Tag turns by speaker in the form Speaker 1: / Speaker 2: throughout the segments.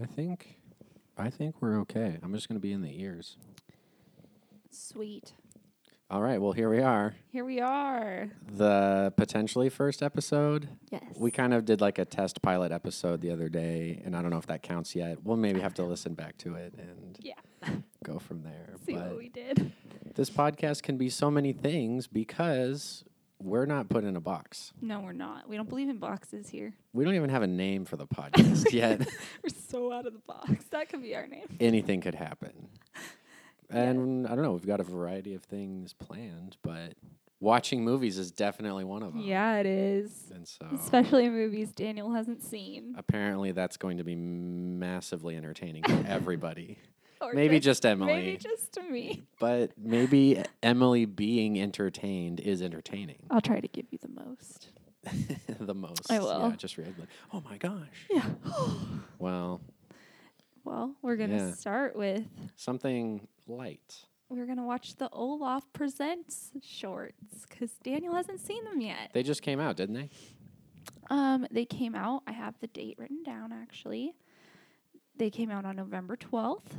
Speaker 1: I think, I think we're okay. I'm just gonna be in the ears.
Speaker 2: Sweet.
Speaker 1: All right. Well, here we are.
Speaker 2: Here we are.
Speaker 1: The potentially first episode.
Speaker 2: Yes.
Speaker 1: We kind of did like a test pilot episode the other day, and I don't know if that counts yet. We'll maybe have to listen back to it and
Speaker 2: Yeah.
Speaker 1: go from there.
Speaker 2: See
Speaker 1: but
Speaker 2: what we did.
Speaker 1: this podcast can be so many things because we're not put in a box.
Speaker 2: No, we're not. We don't believe in boxes here.
Speaker 1: We don't even have a name for the podcast yet.
Speaker 2: We're so out of the box. That could be our name.
Speaker 1: Anything could happen. And I don't know, we've got a variety of things planned, but watching movies is definitely one of them.
Speaker 2: Yeah, it is.
Speaker 1: And so
Speaker 2: Especially movies Daniel hasn't seen.
Speaker 1: apparently that's going to be massively entertaining for everybody. Uh, Maybe just Emily.
Speaker 2: Maybe just to me.
Speaker 1: but maybe Emily being entertained is entertaining
Speaker 2: I'll try to give you the most.
Speaker 1: the most.
Speaker 2: I will.
Speaker 1: Yeah, just read like, oh my gosh.
Speaker 2: Yeah.
Speaker 1: Well,
Speaker 2: well, we're going to
Speaker 1: Yeah.
Speaker 2: start with
Speaker 1: something light.
Speaker 2: we're going to watch the Olaf Presents shorts because Daniel hasn't seen them yet.
Speaker 1: They just came out, didn't they?
Speaker 2: Um, they came out. I have the date written down actually. They came out on November twelfth.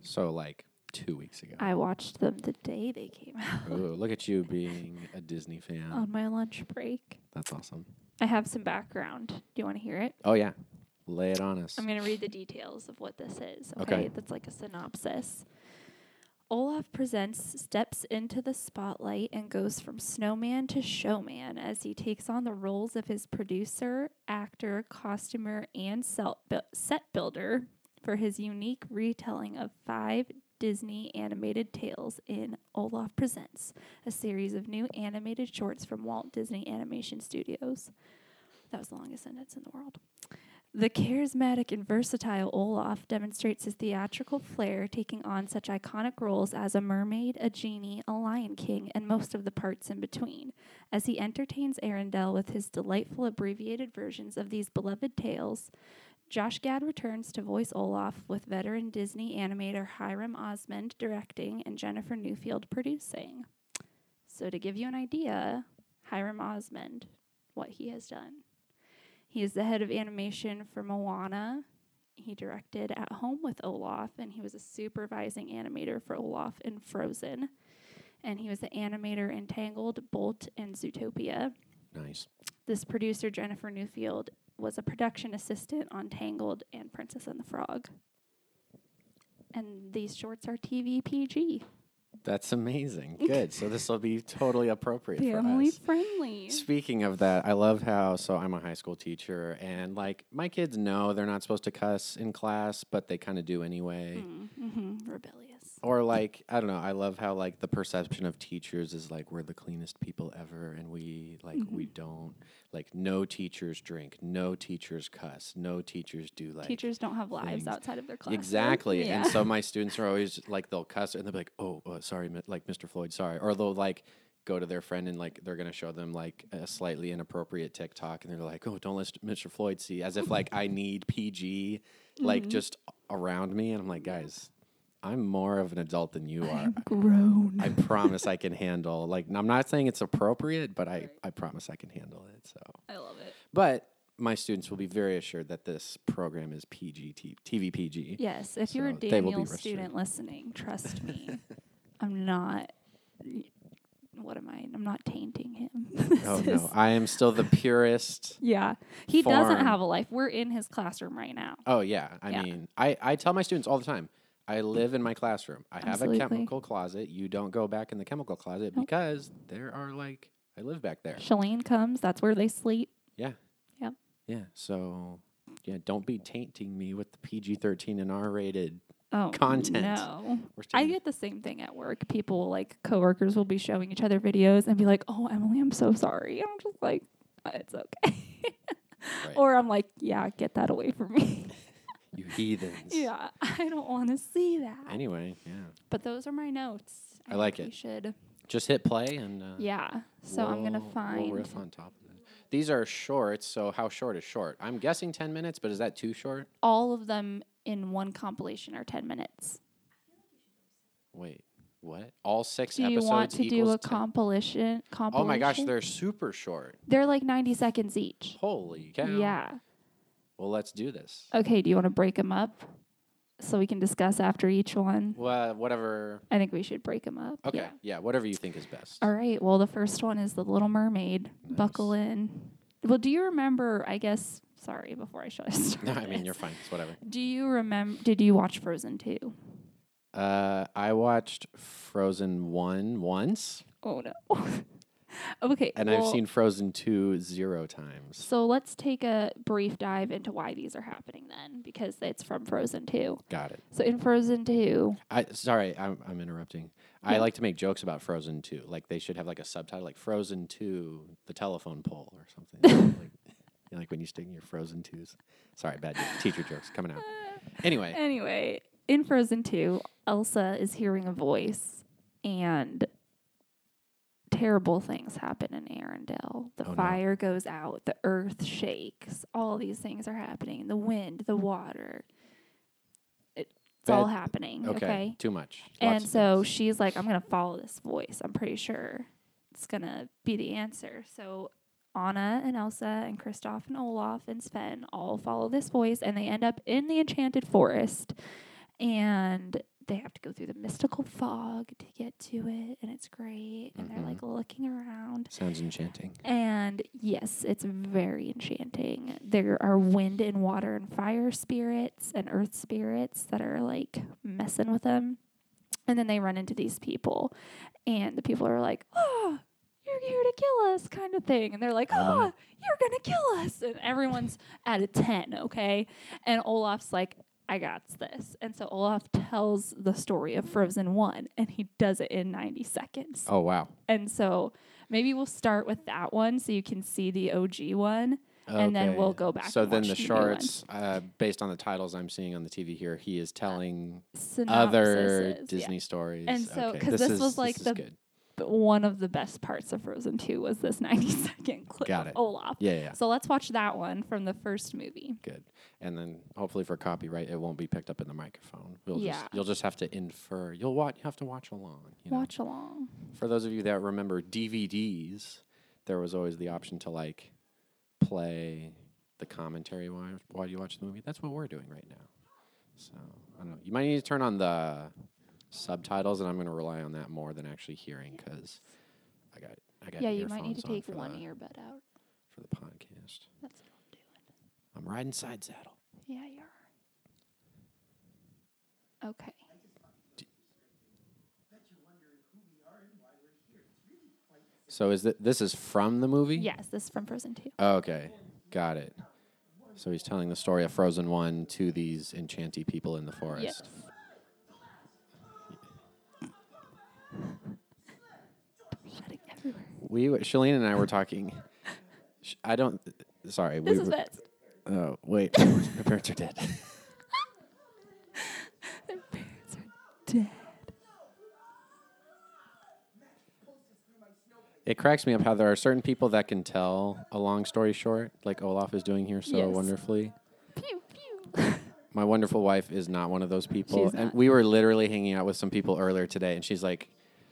Speaker 1: So like two weeks ago.
Speaker 2: I watched them the day they came out
Speaker 1: Ooh, look at you being a Disney fan.
Speaker 2: on my lunch break.
Speaker 1: That's awesome.
Speaker 2: I have some background. Do you want to hear it?
Speaker 1: Oh yeah, lay it on us.
Speaker 2: I'm going to read the details of what this is. Okay?
Speaker 1: Okay.
Speaker 2: That's like a synopsis. Olaf presents steps into the spotlight and goes from snowman to showman as he takes on the roles of his producer, actor, costumer, and sel- bu- set builder for his unique retelling of five Disney animated tales in Olaf Presents, a series of new animated shorts from Walt Disney Animation Studios. That was the longest sentence in the world. The charismatic and versatile Olaf demonstrates his theatrical flair, taking on such iconic roles as a mermaid, a genie, a lion king, and most of the parts in between, as he entertains Arendelle with his delightful abbreviated versions of these beloved tales. Josh Gad returns to voice Olaf with veteran Disney animator Hiram Osmond directing and Jennifer Newfield producing. So, to give you an idea, Hiram Osmond, what he has done. He is the head of animation for Moana. He directed At Home with Olaf, and he was a supervising animator for Olaf in Frozen. And he was the animator in Tangled, Bolt, and Zootopia.
Speaker 1: nice.
Speaker 2: This producer, Jennifer Newfield, was a production assistant on Tangled and Princess and the Frog. And these shorts are TV PG,
Speaker 1: That's amazing. Good. so this will be totally appropriate for
Speaker 2: family
Speaker 1: us.
Speaker 2: friendly.
Speaker 1: Speaking of that, I love how so I'm a high school teacher and like my kids know they're not supposed to cuss in class, but they kind of do anyway.
Speaker 2: Mm-hmm. Rebellious.
Speaker 1: Or like I don't know, I love how like the perception of teachers is like we're the cleanest people ever and we like we don't like no teachers drink, no teachers cuss, no teachers do like
Speaker 2: Teachers don't have lives
Speaker 1: things.
Speaker 2: outside of their classroom.
Speaker 1: Exactly.
Speaker 2: Yeah.
Speaker 1: And so my students are always like, they'll cuss and they'll be like, oh, uh, sorry, mi- like Mr. Floyd, sorry. Or they'll like go to their friend and like they're going to show them like a slightly inappropriate TikTok and they're like, oh, don't let Mr. Floyd see, as if like I need PG like
Speaker 2: Mm-hmm.
Speaker 1: just around me. And I'm like, guys, I'm more of an adult than you are.
Speaker 2: grown.
Speaker 1: I promise I can handle like I'm not saying it's appropriate, but I, I promise I can handle it. So,
Speaker 2: I love it.
Speaker 1: but my students will be very assured that this program is PG T- TV PG.
Speaker 2: Yes, if you're a
Speaker 1: So they will be
Speaker 2: Daniel
Speaker 1: registered.
Speaker 2: student listening, trust me, I'm not. What am I? I'm not tainting him. This
Speaker 1: Oh
Speaker 2: is-
Speaker 1: no, I am still the purest.
Speaker 2: Yeah, he doesn't
Speaker 1: Form.
Speaker 2: have a life. We're in his classroom right now.
Speaker 1: Oh yeah, I
Speaker 2: Yeah.
Speaker 1: mean, I I tell my students all the time. I live in my classroom. I have a
Speaker 2: Absolutely.
Speaker 1: chemical closet. You don't go back in the chemical closet because there are like I live back there.
Speaker 2: Shalane comes. That's where they sleep.
Speaker 1: Yeah.
Speaker 2: Yep.
Speaker 1: Yeah. So yeah, don't be tainting me with the PG thirteen and R rated.
Speaker 2: Oh,
Speaker 1: Content.
Speaker 2: No,
Speaker 1: We're still
Speaker 2: I get the same thing at work. People like coworkers will be showing each other videos and be like, "Oh, Emily, I'm so sorry." I'm just like, "Uh, "It's okay,"
Speaker 1: right.
Speaker 2: or I'm like, "Yeah, get that away from me."
Speaker 1: you heathens.
Speaker 2: yeah, I don't want to see that.
Speaker 1: Anyway, yeah.
Speaker 2: But those are my notes.
Speaker 1: I like
Speaker 2: think
Speaker 1: it.
Speaker 2: We should.
Speaker 1: Just hit play and. Uh,
Speaker 2: Yeah. So I'm gonna
Speaker 1: we'll-
Speaker 2: find.
Speaker 1: We'll riff on top of that. These are shorts. So how short is short? I'm guessing ten minutes, but is that too short?
Speaker 2: all of them in one compilation are 10 minutes.
Speaker 1: Wait, what? All six
Speaker 2: Do you
Speaker 1: episodes
Speaker 2: want to do
Speaker 1: equals
Speaker 2: a
Speaker 1: ten-
Speaker 2: compilation?
Speaker 1: Oh
Speaker 2: Compilation.
Speaker 1: my gosh, they're super short.
Speaker 2: they're like 90 seconds each.
Speaker 1: Holy cow!
Speaker 2: Yeah. Oh.
Speaker 1: Well, let's do this.
Speaker 2: Okay, do you want to break them up so we can discuss after each one?
Speaker 1: Well, whatever.
Speaker 2: I think we should break them up.
Speaker 1: Okay. Yeah.
Speaker 2: yeah.
Speaker 1: whatever you think is best.
Speaker 2: All right. Well, the first one is The Little Mermaid. Buckle in. Well, do you remember, I guess, sorry, before I show start.
Speaker 1: No, I mean,
Speaker 2: this.
Speaker 1: you're fine. It's whatever.
Speaker 2: Do you remember, did you watch Frozen 2?
Speaker 1: Uh, I watched Frozen 1 once,
Speaker 2: Oh, no. okay.
Speaker 1: and I've
Speaker 2: well,
Speaker 1: seen Frozen 2 zero times.
Speaker 2: So let's take a brief dive into why these are happening then, because it's from Frozen 2.
Speaker 1: Got it.
Speaker 2: So in Frozen 2,
Speaker 1: I Sorry, I'm, I'm interrupting. I
Speaker 2: Yeah.
Speaker 1: like to make jokes about Frozen 2. Like, they should have like a subtitle, like Frozen 2, the telephone pole or something. like, you know, like when you sting your Frozen 2s. Sorry, bad joke. teacher jokes coming out. Anyway,
Speaker 2: anyway, in Frozen 2, Elsa is hearing a voice and terrible things happen in Arendelle. The
Speaker 1: Oh, no.
Speaker 2: fire goes out, the earth shakes, all these things are happening, the wind, the water. It- It's all
Speaker 1: That-
Speaker 2: happening,
Speaker 1: okay,
Speaker 2: okay?
Speaker 1: too much. Lots
Speaker 2: And
Speaker 1: of
Speaker 2: so
Speaker 1: things.
Speaker 2: she's like, I'm going to follow this voice. I'm pretty sure it's going to be the answer. So Anna and Elsa and Kristoff and Olaf and Sven all follow this voice and they end up in the enchanted forest. And they have to go through the mystical fog to get to it. And it's great. And
Speaker 1: Mhm.
Speaker 2: they're like looking around.
Speaker 1: sounds enchanting.
Speaker 2: And yes, it's very enchanting. There are wind and water and fire spirits and earth spirits that are like messing with them. And then they run into these people, and the people are like, oh, you're here to kill us, kind of thing. And they're like,
Speaker 1: Oh my.
Speaker 2: oh, you're going to kill us. And everyone's at a 10, okay? And Olaf's like, I got this. And so Olaf tells the story of Frozen 1, and he does it in 90 seconds.
Speaker 1: Oh, wow.
Speaker 2: And so maybe we'll start with that one so you can see the OG one. And then we'll go back
Speaker 1: So
Speaker 2: and
Speaker 1: then
Speaker 2: watch
Speaker 1: the
Speaker 2: the new one.
Speaker 1: shorts, uh, based on the titles I'm seeing on the TV here, he is telling
Speaker 2: Synopsis.
Speaker 1: other
Speaker 2: yeah.
Speaker 1: Disney stories.
Speaker 2: And so-
Speaker 1: Okay,
Speaker 2: 'cause this
Speaker 1: is-
Speaker 2: was like
Speaker 1: is
Speaker 2: the-
Speaker 1: good.
Speaker 2: But One of the best parts of Frozen 2 was this 90 second clip
Speaker 1: Got
Speaker 2: of
Speaker 1: it.
Speaker 2: Olaf.
Speaker 1: Yeah, yeah, yeah,
Speaker 2: So let's watch that one from the first movie.
Speaker 1: good. And then hopefully for copyright, it won't be picked up in the microphone. We'll
Speaker 2: Yeah.
Speaker 1: just, you'll just have to infer. You'll watch. You have to watch along. You know?
Speaker 2: Watch along.
Speaker 1: For those of you that remember DVDs, there was always the option to like play the commentary while, while you watch the movie. That's what we're doing right now. So I don't know. You might need to turn on the subtitles, and I'm going to rely on that more than actually hearing because I got I got
Speaker 2: Yeah, you might need to
Speaker 1: earphones on
Speaker 2: take
Speaker 1: for
Speaker 2: one
Speaker 1: the,
Speaker 2: earbud out.
Speaker 1: for the podcast.
Speaker 2: That's what I'm doing.
Speaker 1: I'm riding side saddle.
Speaker 2: Yeah, you are. Okay.
Speaker 1: So is that this is from the movie? Oh,
Speaker 2: Yes, this is from Frozen 2.
Speaker 1: Okay, got it. So he's telling the story of Frozen One to these enchanty people in the forest.
Speaker 2: Shutting everywhere.
Speaker 1: We were, Shalene and I were talking. Sh- I don't. Sorry,
Speaker 2: This
Speaker 1: we
Speaker 2: is
Speaker 1: were.
Speaker 2: best.
Speaker 1: Oh wait, my parents are dead.
Speaker 2: Their parents are dead.
Speaker 1: It cracks me up how there are certain people that can tell a long story short, like Olaf is doing here so
Speaker 2: Yes.
Speaker 1: wonderfully.
Speaker 2: Pew pew.
Speaker 1: My wonderful wife is not one of those people.
Speaker 2: She's
Speaker 1: and
Speaker 2: not.
Speaker 1: we were literally hanging out with some people earlier today, and she's like,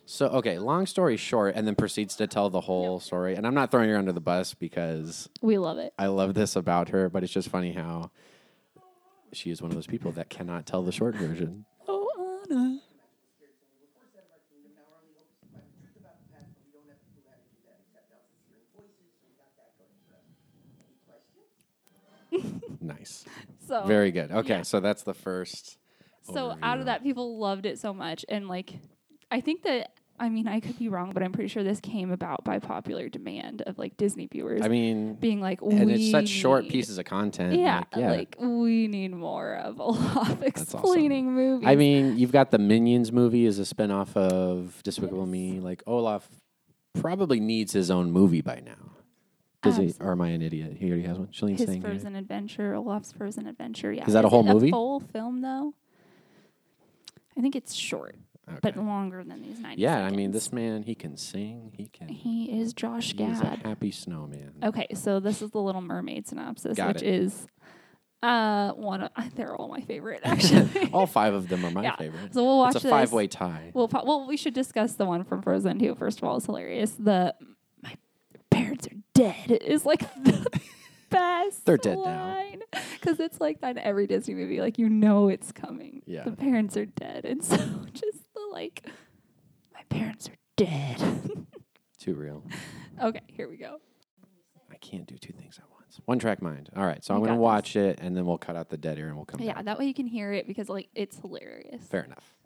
Speaker 1: "So okay, long story short," and then proceeds to tell the whole story. And I'm not throwing her under the bus because
Speaker 2: we love it.
Speaker 1: I love this about her, but it's just funny how she is one of those people that cannot tell the short version.
Speaker 2: Oh Anna.
Speaker 1: Nice.
Speaker 2: So
Speaker 1: Very good. Okay,
Speaker 2: Oh. yeah.
Speaker 1: so that's the first.
Speaker 2: so out
Speaker 1: overview.
Speaker 2: of that, people loved it so much, and like, I think that I mean I could be wrong, but I'm pretty sure this came about by popular demand of like Disney viewers
Speaker 1: I mean,
Speaker 2: being like,
Speaker 1: and
Speaker 2: we
Speaker 1: it's such short
Speaker 2: need-
Speaker 1: pieces of content.
Speaker 2: Yeah,
Speaker 1: like, yeah.
Speaker 2: like we need more of Olaf
Speaker 1: awesome.
Speaker 2: explaining movies.
Speaker 1: I mean, you've got the Minions movie is a spinoff of Despicable Me. Like Olaf probably needs his own movie by now. Does he? Or am I an idiot? He already has one. Shalene's
Speaker 2: his
Speaker 1: saying he-
Speaker 2: Frozen Adventure, Olaf's Frozen Adventure. Yeah,
Speaker 1: Is that a whole
Speaker 2: it
Speaker 1: movie?
Speaker 2: A full film though. I think it's short,
Speaker 1: Okay.
Speaker 2: but longer than these ninety.
Speaker 1: yeah, I
Speaker 2: seconds.
Speaker 1: mean, this man he can sing. He can.
Speaker 2: he Oh. is Josh
Speaker 1: He's a
Speaker 2: Gad.
Speaker 1: happy snowman.
Speaker 2: Okay, so this is the Little Mermaid synopsis,
Speaker 1: Got
Speaker 2: which
Speaker 1: it.
Speaker 2: is uh one. Of, they're all my favorite actually.
Speaker 1: All five of them are my
Speaker 2: Yeah.
Speaker 1: favorite.
Speaker 2: so we'll watch
Speaker 1: it's a
Speaker 2: this.
Speaker 1: five-way tie.
Speaker 2: We'll po- well, we should discuss the one from Frozen too. First of all, it's hilarious. The my parents are dead is like the best.
Speaker 1: They're dead now.
Speaker 2: Because it's like on every Disney movie, like you know it's coming.
Speaker 1: Yeah.
Speaker 2: The parents are dead. And so just the like, my parents are dead.
Speaker 1: Too real.
Speaker 2: okay, here we go.
Speaker 1: I can't do two things at once. One track mind. All right. So I'm
Speaker 2: You
Speaker 1: going to
Speaker 2: got
Speaker 1: watch it and then we'll cut out the dead air and we'll come
Speaker 2: yeah,
Speaker 1: back.
Speaker 2: that way you can hear it because like it's hilarious.
Speaker 1: Fair enough.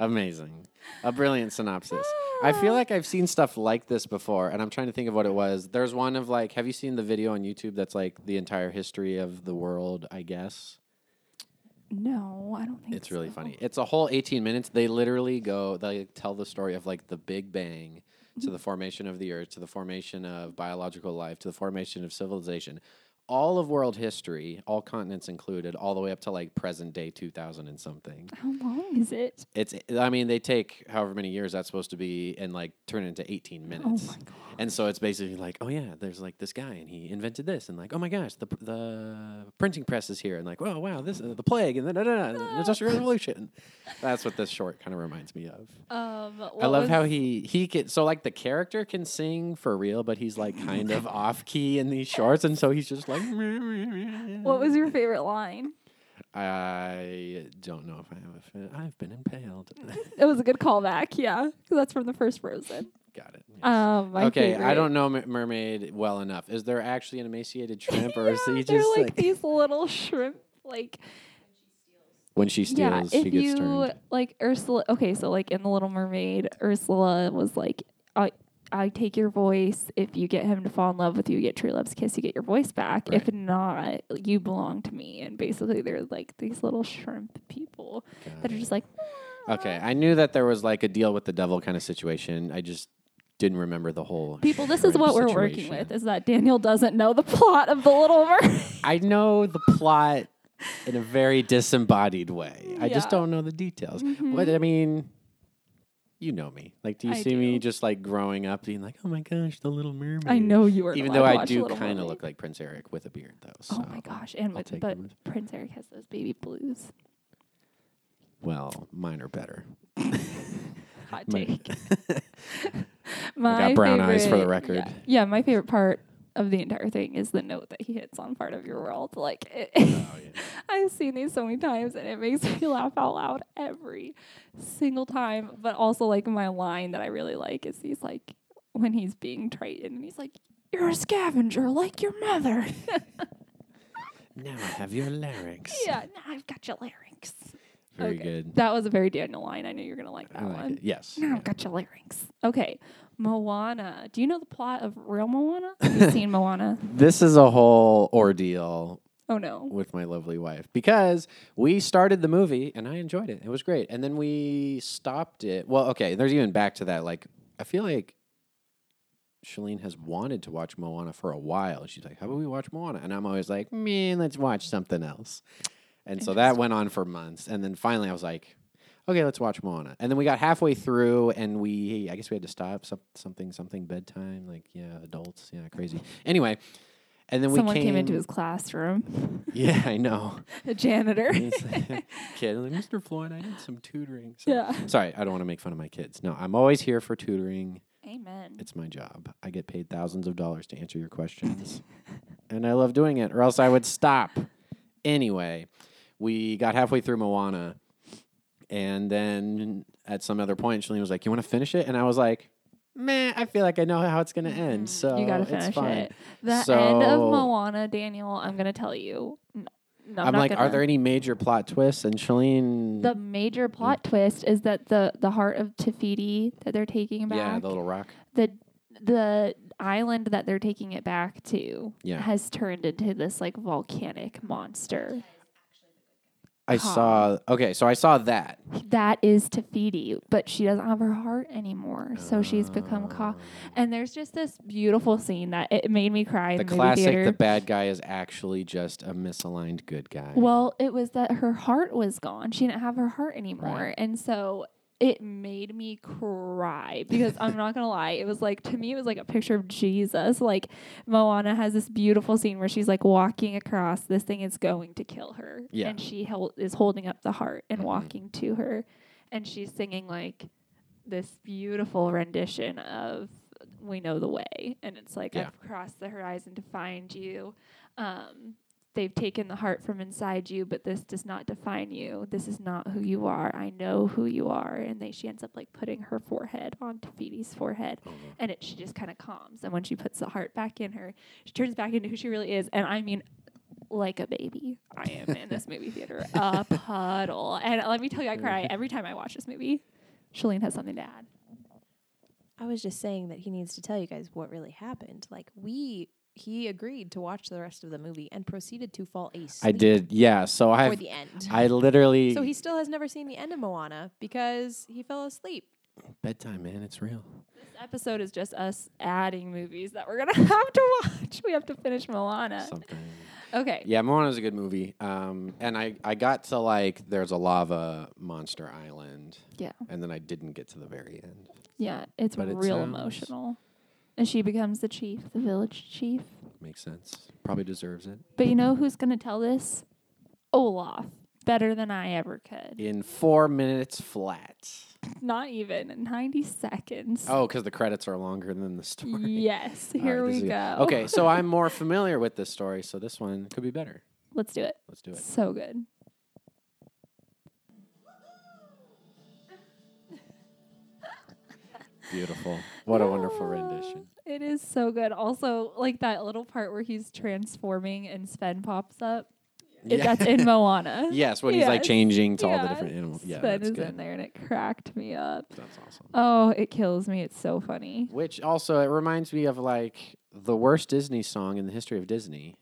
Speaker 1: Amazing. A brilliant synopsis. I
Speaker 2: Uh,
Speaker 1: feel like I've seen stuff like this before, and I'm trying to think of what it was. There's one of like, have you seen the video on YouTube that's like the entire history of the world, I guess?
Speaker 2: No, I don't think
Speaker 1: It's really
Speaker 2: so.
Speaker 1: funny. It's a whole 18 minutes. They literally go, they tell the story of like the Big Bang to the formation of the earth, to the formation of biological life, to the formation of civilization. All of world history, all continents included, all the way up to like present day 2000 and something.
Speaker 2: How long is it?
Speaker 1: It's, I mean, they take however many years that's supposed to be and like turn it into 18 minutes.
Speaker 2: Oh my god.
Speaker 1: And so it's basically like, oh yeah, there's like this guy and he invented this, and like, oh my gosh, the pr- the printing press is here, and like, oh wow, this uh, the plague and then da, da, da, and
Speaker 2: Ah.
Speaker 1: the industrial revolution. That's what this short kind of reminds me of.
Speaker 2: Um,
Speaker 1: I
Speaker 2: what
Speaker 1: love
Speaker 2: was-
Speaker 1: how he he can so like the character can sing for real, but he's like kind of off key in these shorts, and so he's just like.
Speaker 2: What was your favorite line?
Speaker 1: I don't know if I have a. Fa- I've been impaled.
Speaker 2: It was a good callback, yeah, 'cause that's from the first Frozen.
Speaker 1: Got it. yes.
Speaker 2: Um, my
Speaker 1: okay, I
Speaker 2: favorite.
Speaker 1: don't know mer- mermaid well enough. Is there actually an emaciated shrimp, or is
Speaker 2: Yeah,
Speaker 1: he
Speaker 2: they're
Speaker 1: just
Speaker 2: like, these little shrimp, like
Speaker 1: When she steals,
Speaker 2: yeah. If
Speaker 1: she gets
Speaker 2: you
Speaker 1: turned.
Speaker 2: like Ursula, okay, so like in the Little Mermaid, Ursula was like, I. I take your voice. If you get him to fall in love with you, you get true love's kiss. You get your voice back. If
Speaker 1: Right.
Speaker 2: not, you belong to me. And basically, they're like these little shrimp people that are just like, "Ah."
Speaker 1: okay, I knew that there was like a deal with the devil kind of situation. I just didn't remember the whole
Speaker 2: people. This is what we're
Speaker 1: shrimp
Speaker 2: working
Speaker 1: situation.
Speaker 2: with. Is that Daniel doesn't know the plot of the Little Mermaid.
Speaker 1: I know the plot in a very disembodied way. I just
Speaker 2: Yeah. Mm-hmm.
Speaker 1: don't know the details. But I mean, you know me. Like, do you
Speaker 2: I
Speaker 1: see me
Speaker 2: do.
Speaker 1: just like growing up being like, oh my gosh, the Little Mermaid?
Speaker 2: I know you are.
Speaker 1: Even though I do kind of look like Prince Eric with a beard, though. So.
Speaker 2: Oh my gosh! And
Speaker 1: I'll
Speaker 2: with-
Speaker 1: take
Speaker 2: but
Speaker 1: them as-
Speaker 2: Prince Eric has those baby blues.
Speaker 1: Well, mine are better.
Speaker 2: Hot
Speaker 1: My-
Speaker 2: take. my
Speaker 1: brown eyes for the
Speaker 2: favorite-
Speaker 1: record.
Speaker 2: Yeah, yeah, my favorite part of the entire thing is the note that he hits on "Part of Your World." Like, it, I've seen these so many times, and it makes me laugh out loud every single time. But also, like my line that I really like is he's like when he's being Triton, and he's like, "You're a scavenger like your mother."
Speaker 1: Now I have your larynx.
Speaker 2: yeah, now I've got your larynx.
Speaker 1: Very
Speaker 2: Okay.
Speaker 1: good.
Speaker 2: That was a very Daniel line. I knew you were gonna like
Speaker 1: I
Speaker 2: that
Speaker 1: like
Speaker 2: one.
Speaker 1: it. Yes.
Speaker 2: Now
Speaker 1: yeah.
Speaker 2: I've got your larynx. Okay, Moana. Do you know the plot of real Moana? Have you seen Moana?
Speaker 1: This is a whole ordeal
Speaker 2: Oh no.
Speaker 1: with my lovely wife because we started the movie and I enjoyed it. It was great. And then we stopped it. Well, okay, there's even back to that. Like, I feel like Shalene has wanted to watch Moana for a while. She's like, how about we watch Moana? And I'm always like, man, let's watch something else. And so that went on for months. And then finally I was like, okay, let's watch Moana. And then we got halfway through and we, I guess we had to stop some, something, something bedtime. Like, yeah, adults. Yeah, crazy. Anyway. And then
Speaker 2: Someone
Speaker 1: we
Speaker 2: came, into his classroom,
Speaker 1: Yeah, I know.
Speaker 2: a janitor.
Speaker 1: It's like, kid, like, Mr. Floyd, I need some tutoring. So-
Speaker 2: Yeah.
Speaker 1: Sorry, I don't want to make fun of my kids. No, I'm always here for tutoring.
Speaker 2: Amen.
Speaker 1: It's my job. I get paid thousands of dollars to answer your questions. and I love doing it, or else I would stop. Anyway, we got halfway through Moana. And then at some other point, Shalene was like, You want to finish it? And I was like, Meh, I feel like I know how it's going to end. So
Speaker 2: Mm-hmm. you gotta
Speaker 1: uh, it's
Speaker 2: finish
Speaker 1: fine.
Speaker 2: it. The end of
Speaker 1: So-
Speaker 2: Moana, Daniel. I'm gonna tell you. N- No, I'm,
Speaker 1: I'm
Speaker 2: not
Speaker 1: like, Are
Speaker 2: gonna-
Speaker 1: there any Mm. major plot twists? And Shalene.
Speaker 2: The major plot twist is that the the heart of Tafiti that they're taking back.
Speaker 1: yeah, the little rock.
Speaker 2: the the island that they're taking it back to
Speaker 1: Yeah.
Speaker 2: has turned into this like volcanic monster.
Speaker 1: I
Speaker 2: Huh.
Speaker 1: saw. Okay, so I saw that.
Speaker 2: That is Tafiti, but she doesn't have her heart anymore, so she's become Ka. And there's just this beautiful scene that it made me cry. in
Speaker 1: Ah. The
Speaker 2: the movie
Speaker 1: classic.
Speaker 2: theater.
Speaker 1: The bad guy is actually just a misaligned good guy.
Speaker 2: Well, it was that her heart was gone. She didn't have her heart anymore.
Speaker 1: Right.
Speaker 2: And so it made me cry because I'm not going to lie. It was like, to me, it was like a picture of Jesus. Like, Moana has this beautiful scene where she's like walking across. This thing is going to kill her.
Speaker 1: Yeah.
Speaker 2: And she held is holding up the heart and
Speaker 1: Mhm.
Speaker 2: walking to her. And she's singing, like, this beautiful rendition of "We Know the Way," and it's like
Speaker 1: Yeah.
Speaker 2: I've crossed the horizon to find you. Um, they've taken the heart from inside you, but this does not define you. This is not who you are. I know who you are. And they, she ends up like putting her forehead on Tafiti's forehead,
Speaker 1: Oh, no.
Speaker 2: and it she just kind of calms. And when she puts the heart back in her, she turns back into who she really is. And I mean, like a baby, I am in this movie theater a puddle. And let me tell you, I cry every time I watch this movie. Shalene has something to add.
Speaker 3: I was just saying that he needs to tell you guys what really happened. Like we, he agreed to watch the rest of the movie and proceeded to fall ace.
Speaker 1: I did. Yeah. So
Speaker 3: for
Speaker 1: I
Speaker 3: the end.
Speaker 1: I literally
Speaker 3: so he still has never seen the end of Moana because he fell asleep.
Speaker 1: bedtime, man. It's real.
Speaker 2: This episode is just us adding movies that we're gonna have to watch. We have to finish Moana.
Speaker 1: Something.
Speaker 2: Okay.
Speaker 1: Yeah, Moana's a good movie. Um, and I, I got to like there's a lava monster island,
Speaker 2: Yeah.
Speaker 1: and then I didn't get to the very end.
Speaker 2: Yeah, it's
Speaker 1: But it
Speaker 2: real
Speaker 1: sounds-
Speaker 2: emotional. And she becomes the chief, the village chief.
Speaker 1: Makes sense. Probably deserves it.
Speaker 2: But you know who's going to tell this? Olaf, better than I ever could.
Speaker 1: In four minutes flat.
Speaker 2: Not even 90 seconds.
Speaker 1: Oh, because the credits are longer than the story.
Speaker 2: Yes,
Speaker 1: All right,
Speaker 2: here
Speaker 1: this is
Speaker 2: we go.
Speaker 1: good. Okay, so I'm more familiar with this story, so this one could be better.
Speaker 2: Let's do it.
Speaker 1: Let's do it.
Speaker 2: So good.
Speaker 1: Beautiful. What a wonderful rendition.
Speaker 2: It is so good. Also, like that little part where he's transforming and Sven pops up. It-
Speaker 1: Yeah.
Speaker 2: That's in Moana.
Speaker 1: Yes, when he's like
Speaker 2: Yes.
Speaker 1: changing to all the
Speaker 2: Yeah,
Speaker 1: different animals. Yeah,
Speaker 2: Sven
Speaker 1: that's
Speaker 2: is
Speaker 1: good.
Speaker 2: in there and it cracked me up.
Speaker 1: That's awesome.
Speaker 2: Oh, it kills me. It's so funny.
Speaker 1: Um, Which also it reminds me of like the worst Disney song in the history of Disney,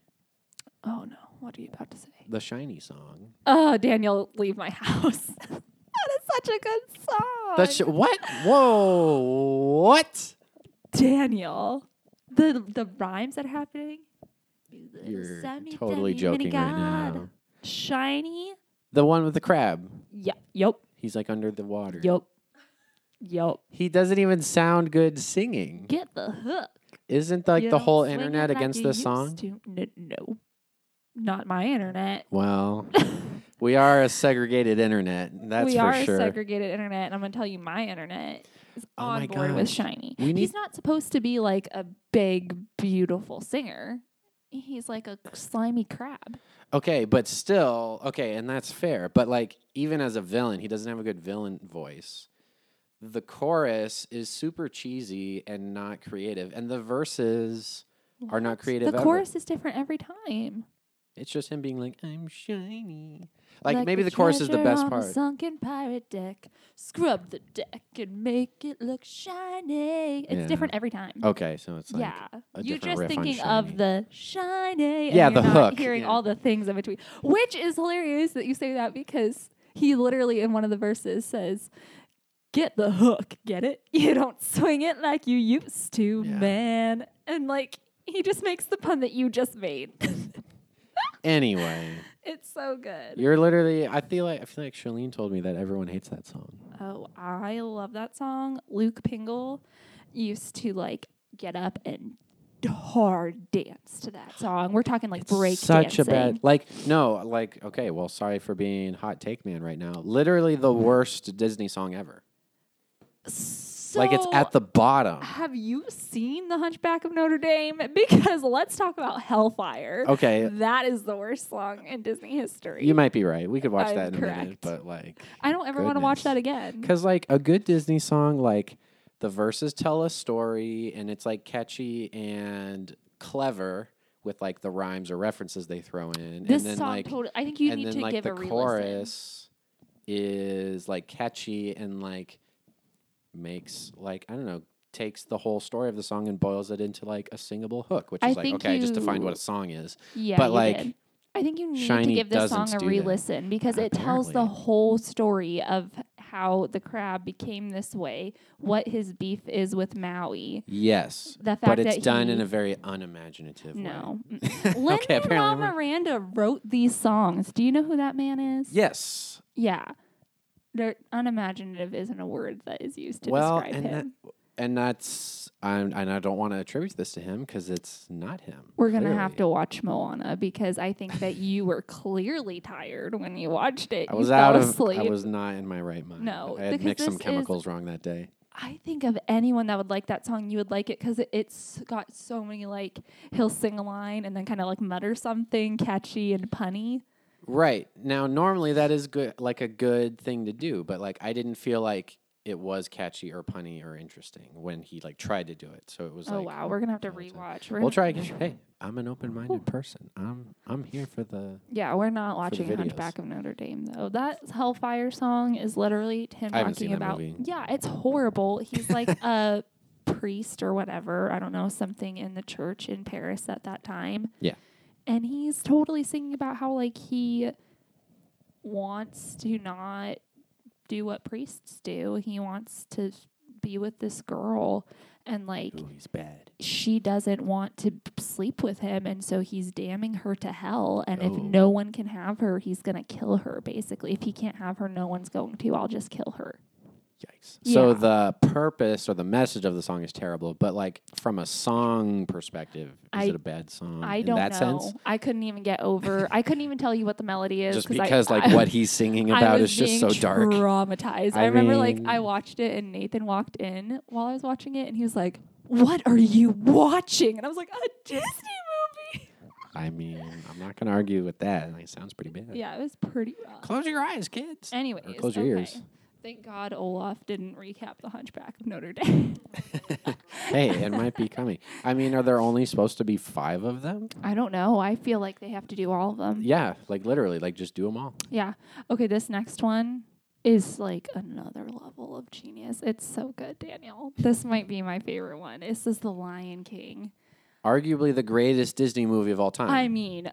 Speaker 2: Oh no, what are you about to say?
Speaker 1: the Shiny song.
Speaker 2: Oh, Daniel, leave my house. that is such a good song.
Speaker 1: That's sh- what? Whoa! What?
Speaker 2: Daniel. The the rhymes that are happening.
Speaker 1: You're
Speaker 2: Semi-
Speaker 1: totally
Speaker 2: demi-
Speaker 1: joking right
Speaker 2: minigod.
Speaker 1: now.
Speaker 2: Shiny.
Speaker 1: The one with the crab.
Speaker 2: Yeah. Yup.
Speaker 1: He's like under the water.
Speaker 2: Yup. Yup.
Speaker 1: He doesn't even sound good singing.
Speaker 2: Get the hook.
Speaker 1: Isn't like
Speaker 2: You
Speaker 1: the
Speaker 2: don't
Speaker 1: whole
Speaker 2: swing it
Speaker 1: internet
Speaker 2: like
Speaker 1: against
Speaker 2: you
Speaker 1: this
Speaker 2: used
Speaker 1: song?
Speaker 2: to. N- no. Not my internet.
Speaker 1: Well, we are a segregated internet. That's
Speaker 2: we
Speaker 1: for
Speaker 2: are
Speaker 1: sure.
Speaker 2: a segregated internet, and I'm gonna tell you, my internet is
Speaker 1: Oh
Speaker 2: on
Speaker 1: my
Speaker 2: board with
Speaker 1: gosh.
Speaker 2: Shiny.
Speaker 1: We need-
Speaker 2: He's not supposed to be like a big, beautiful singer. He's like a slimy crab.
Speaker 1: okay, but still, okay, and that's fair. But like, even as a villain, he doesn't have a good villain voice. The chorus is super cheesy and not creative, and the verses are not creative.
Speaker 2: the
Speaker 1: ever.
Speaker 2: chorus is different every time.
Speaker 1: It's just him being like, "I'm shiny." Like, maybe the,
Speaker 2: the
Speaker 1: chorus is the
Speaker 2: treasure
Speaker 1: best
Speaker 2: on
Speaker 1: part.
Speaker 2: The sunken pirate deck. Scrub the deck and make it look shiny. It's
Speaker 1: Yeah.
Speaker 2: different every time.
Speaker 1: Okay, so it's like
Speaker 2: yeah,
Speaker 1: a
Speaker 2: you're
Speaker 1: different
Speaker 2: just
Speaker 1: riff on
Speaker 2: thinking
Speaker 1: shiny.
Speaker 2: of the shiny.
Speaker 1: Yeah,
Speaker 2: and you're
Speaker 1: the
Speaker 2: not
Speaker 1: hook,
Speaker 2: Hearing
Speaker 1: yeah.
Speaker 2: all the things in between, which is hilarious that you say that because he literally in one of the verses says, "Get the hook, get it. You don't swing it like you used to,
Speaker 1: Yeah.
Speaker 2: man." And like he just makes the pun that you just made.
Speaker 1: Anyway,
Speaker 2: it's so good.
Speaker 1: you're literally. I feel like I feel like Charlene told me that everyone hates that song.
Speaker 2: Oh, I love that song. Luke Pingle used to like get up and hard dance to that song. We're talking like break
Speaker 1: Such
Speaker 2: dancing.
Speaker 1: a bad. Like no, like okay. Well, sorry for being hot take man right now. Literally the
Speaker 2: Mm-hmm.
Speaker 1: worst Disney song ever.
Speaker 2: So
Speaker 1: like it's at the bottom.
Speaker 2: Have you seen The Hunchback of Notre Dame? Because let's talk about Hellfire.
Speaker 1: Okay,
Speaker 2: That is the worst song in Disney history.
Speaker 1: Oh, you might be right. We could watch that in
Speaker 2: I'm
Speaker 1: a minute,
Speaker 2: correct.
Speaker 1: but like,
Speaker 2: I don't ever want to watch
Speaker 1: Goodness.
Speaker 2: that again.
Speaker 1: because like a good Disney song, like the verses tell a story and it's like catchy and clever with like the rhymes or references they throw in.
Speaker 2: This
Speaker 1: and then
Speaker 2: song
Speaker 1: like
Speaker 2: totally. I think you
Speaker 1: and
Speaker 2: need
Speaker 1: then
Speaker 2: to
Speaker 1: like
Speaker 2: give
Speaker 1: the
Speaker 2: a re-listen.
Speaker 1: chorus is like catchy and like makes like I don't know takes the whole story of the song and boils it into like a singable hook, which
Speaker 2: I
Speaker 1: is like
Speaker 2: think
Speaker 1: okay, I just defined what
Speaker 2: you-
Speaker 1: a song is.
Speaker 2: Yeah,
Speaker 1: but
Speaker 2: you
Speaker 1: like
Speaker 2: did. I think you need
Speaker 1: Shiny
Speaker 2: to give this
Speaker 1: doesn't
Speaker 2: song a
Speaker 1: do that.
Speaker 2: re-listen because it tells the
Speaker 1: Apparently.
Speaker 2: whole story of how the crab became this way, what his beef is with Maui,
Speaker 1: yes,
Speaker 2: the fact
Speaker 1: but it's
Speaker 2: that
Speaker 1: done in
Speaker 2: he-
Speaker 1: a very unimaginative way.
Speaker 2: No.
Speaker 1: okay,
Speaker 2: Lin Manuel
Speaker 1: apparently. we're-
Speaker 2: Miranda wrote these songs. Do you know who that man is?
Speaker 1: Yes.
Speaker 2: Yeah. They're unimaginative isn't a word that is used to
Speaker 1: well,
Speaker 2: describe
Speaker 1: and
Speaker 2: him.
Speaker 1: that, and that's I'm, and I don't want to attribute this to him because it's not him.
Speaker 2: We're going to have
Speaker 1: clearly.
Speaker 2: to watch Moana because I think that you were clearly tired when you watched it.
Speaker 1: I
Speaker 2: You
Speaker 1: was
Speaker 2: fell
Speaker 1: out of.
Speaker 2: asleep.
Speaker 1: I was not in my right mind.
Speaker 2: No,
Speaker 1: I had
Speaker 2: because
Speaker 1: mixed some
Speaker 2: this is-
Speaker 1: chemicals wrong that day.
Speaker 2: I think of anyone that would like that song, you would like it because it, it's got so many like he'll sing a line and then kind of like mutter something catchy and punny.
Speaker 1: Right now, normally that is good, like a good thing to do, but like I didn't feel like it was catchy or punny or interesting when he like tried to do it. So it was
Speaker 2: Oh
Speaker 1: like,
Speaker 2: wow, we're gonna have to
Speaker 1: all the time.
Speaker 2: rewatch. We're
Speaker 1: We'll
Speaker 2: gonna-
Speaker 1: try again. Hey, I'm an open-minded person. I'm I'm here for the.
Speaker 2: Yeah, we're not
Speaker 1: for the
Speaker 2: watching
Speaker 1: videos.
Speaker 2: Hunchback of Notre Dame though. That Hellfire song is literally him
Speaker 1: I haven't
Speaker 2: talking
Speaker 1: seen that
Speaker 2: about.
Speaker 1: movie.
Speaker 2: Yeah, it's horrible. He's like a priest or whatever. I don't know something in the church in Paris at that time.
Speaker 1: Yeah.
Speaker 2: and he's totally singing about how like he wants to not do what priests do. He wants to be with this girl, and like
Speaker 1: Ooh, he's bad.
Speaker 2: she doesn't want to p- sleep with him and so he's damning her to hell and if
Speaker 1: Oh.
Speaker 2: no one can have her he's going to kill her basically if he can't have her no one's going to i'll just kill her
Speaker 1: Yikes. So
Speaker 2: Yeah.
Speaker 1: the purpose or the message of the song is terrible, but like from a song perspective, is
Speaker 2: I-
Speaker 1: it a bad song
Speaker 2: i
Speaker 1: in
Speaker 2: don't
Speaker 1: that
Speaker 2: know
Speaker 1: sense?
Speaker 2: i couldn't even get over i couldn't even tell you what the melody is
Speaker 1: Just
Speaker 2: 'cause
Speaker 1: because
Speaker 2: I,
Speaker 1: like what he's singing
Speaker 2: I
Speaker 1: about
Speaker 2: was
Speaker 1: is just
Speaker 2: being
Speaker 1: so dark.
Speaker 2: traumatized i,
Speaker 1: I
Speaker 2: remember like i
Speaker 1: mean-
Speaker 2: watched it and nathan walked in while i was watching it and he was like what are you watching and i was like a disney movie
Speaker 1: I mean, I'm not going to argue with that. Like, it sounds pretty bad.
Speaker 2: yeah it was pretty rough.
Speaker 1: Close your eyes, kids.
Speaker 2: Anyways,
Speaker 1: close your
Speaker 2: okay.
Speaker 1: ears.
Speaker 2: Thank God Olaf didn't recap the Hunchback of Notre Dame.
Speaker 1: hey, it might be coming. I mean, are there only supposed to be five of them?
Speaker 2: I don't know. I feel like they have to do all of them. Yeah.
Speaker 1: Yeah, like literally, like just do them all.
Speaker 2: Okay, this next one is like another level of genius. It's so good, Daniel. This might be my favorite one. This is The Lion King.
Speaker 1: Arguably the greatest Disney movie of all time.
Speaker 2: I mean,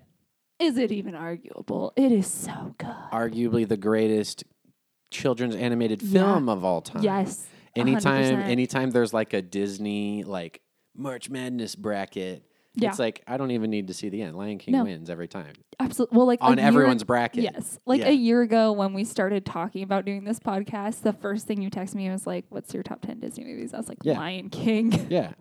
Speaker 2: is it even arguable? It is so good.
Speaker 1: Arguably the greatest children's animated
Speaker 2: Yeah.
Speaker 1: film of all time.
Speaker 2: Yes. a hundred
Speaker 1: anytime
Speaker 2: percent.
Speaker 1: anytime there's like a disney like march madness bracket
Speaker 2: Yeah.
Speaker 1: it's like i don't even need to see the end lion king
Speaker 2: No.
Speaker 1: wins every time
Speaker 2: Absolutely. Well, like a
Speaker 1: on
Speaker 2: year-
Speaker 1: everyone's bracket
Speaker 2: Yes. Like
Speaker 1: Yeah.
Speaker 2: a year ago when we started talking about doing this podcast, the first thing you texted me was like, What's your top ten Disney movies? I was like,
Speaker 1: Yeah.
Speaker 2: Lion King. and,
Speaker 1: yeah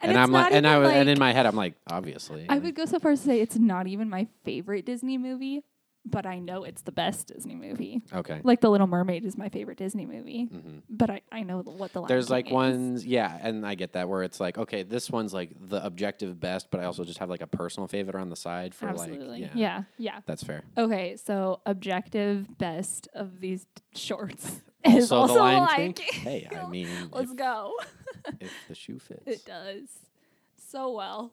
Speaker 2: it's
Speaker 1: i'm
Speaker 2: not
Speaker 1: like and i
Speaker 2: even,
Speaker 1: was
Speaker 2: like,
Speaker 1: and in my head i'm like obviously
Speaker 2: I
Speaker 1: Like,
Speaker 2: would go so far as to say it's not even my favorite Disney movie, but I know it's the best Disney movie.
Speaker 1: okay
Speaker 2: Like The Little Mermaid is my favorite Disney movie.
Speaker 1: Mhm.
Speaker 2: But I, I know what the Lion
Speaker 1: there's
Speaker 2: King
Speaker 1: like
Speaker 2: is.
Speaker 1: ones yeah and i get that where it's like okay this one's like the objective best but i also just have like a personal favorite on the side for
Speaker 2: Absolutely.
Speaker 1: like yeah,
Speaker 2: yeah. Yeah.
Speaker 1: that's fair
Speaker 2: Okay, so objective best of these shorts is also,
Speaker 1: the lion,
Speaker 2: Lion
Speaker 1: king hey i mean
Speaker 2: Let's
Speaker 1: if,
Speaker 2: go.
Speaker 1: if the shoe fits
Speaker 2: It does. So well.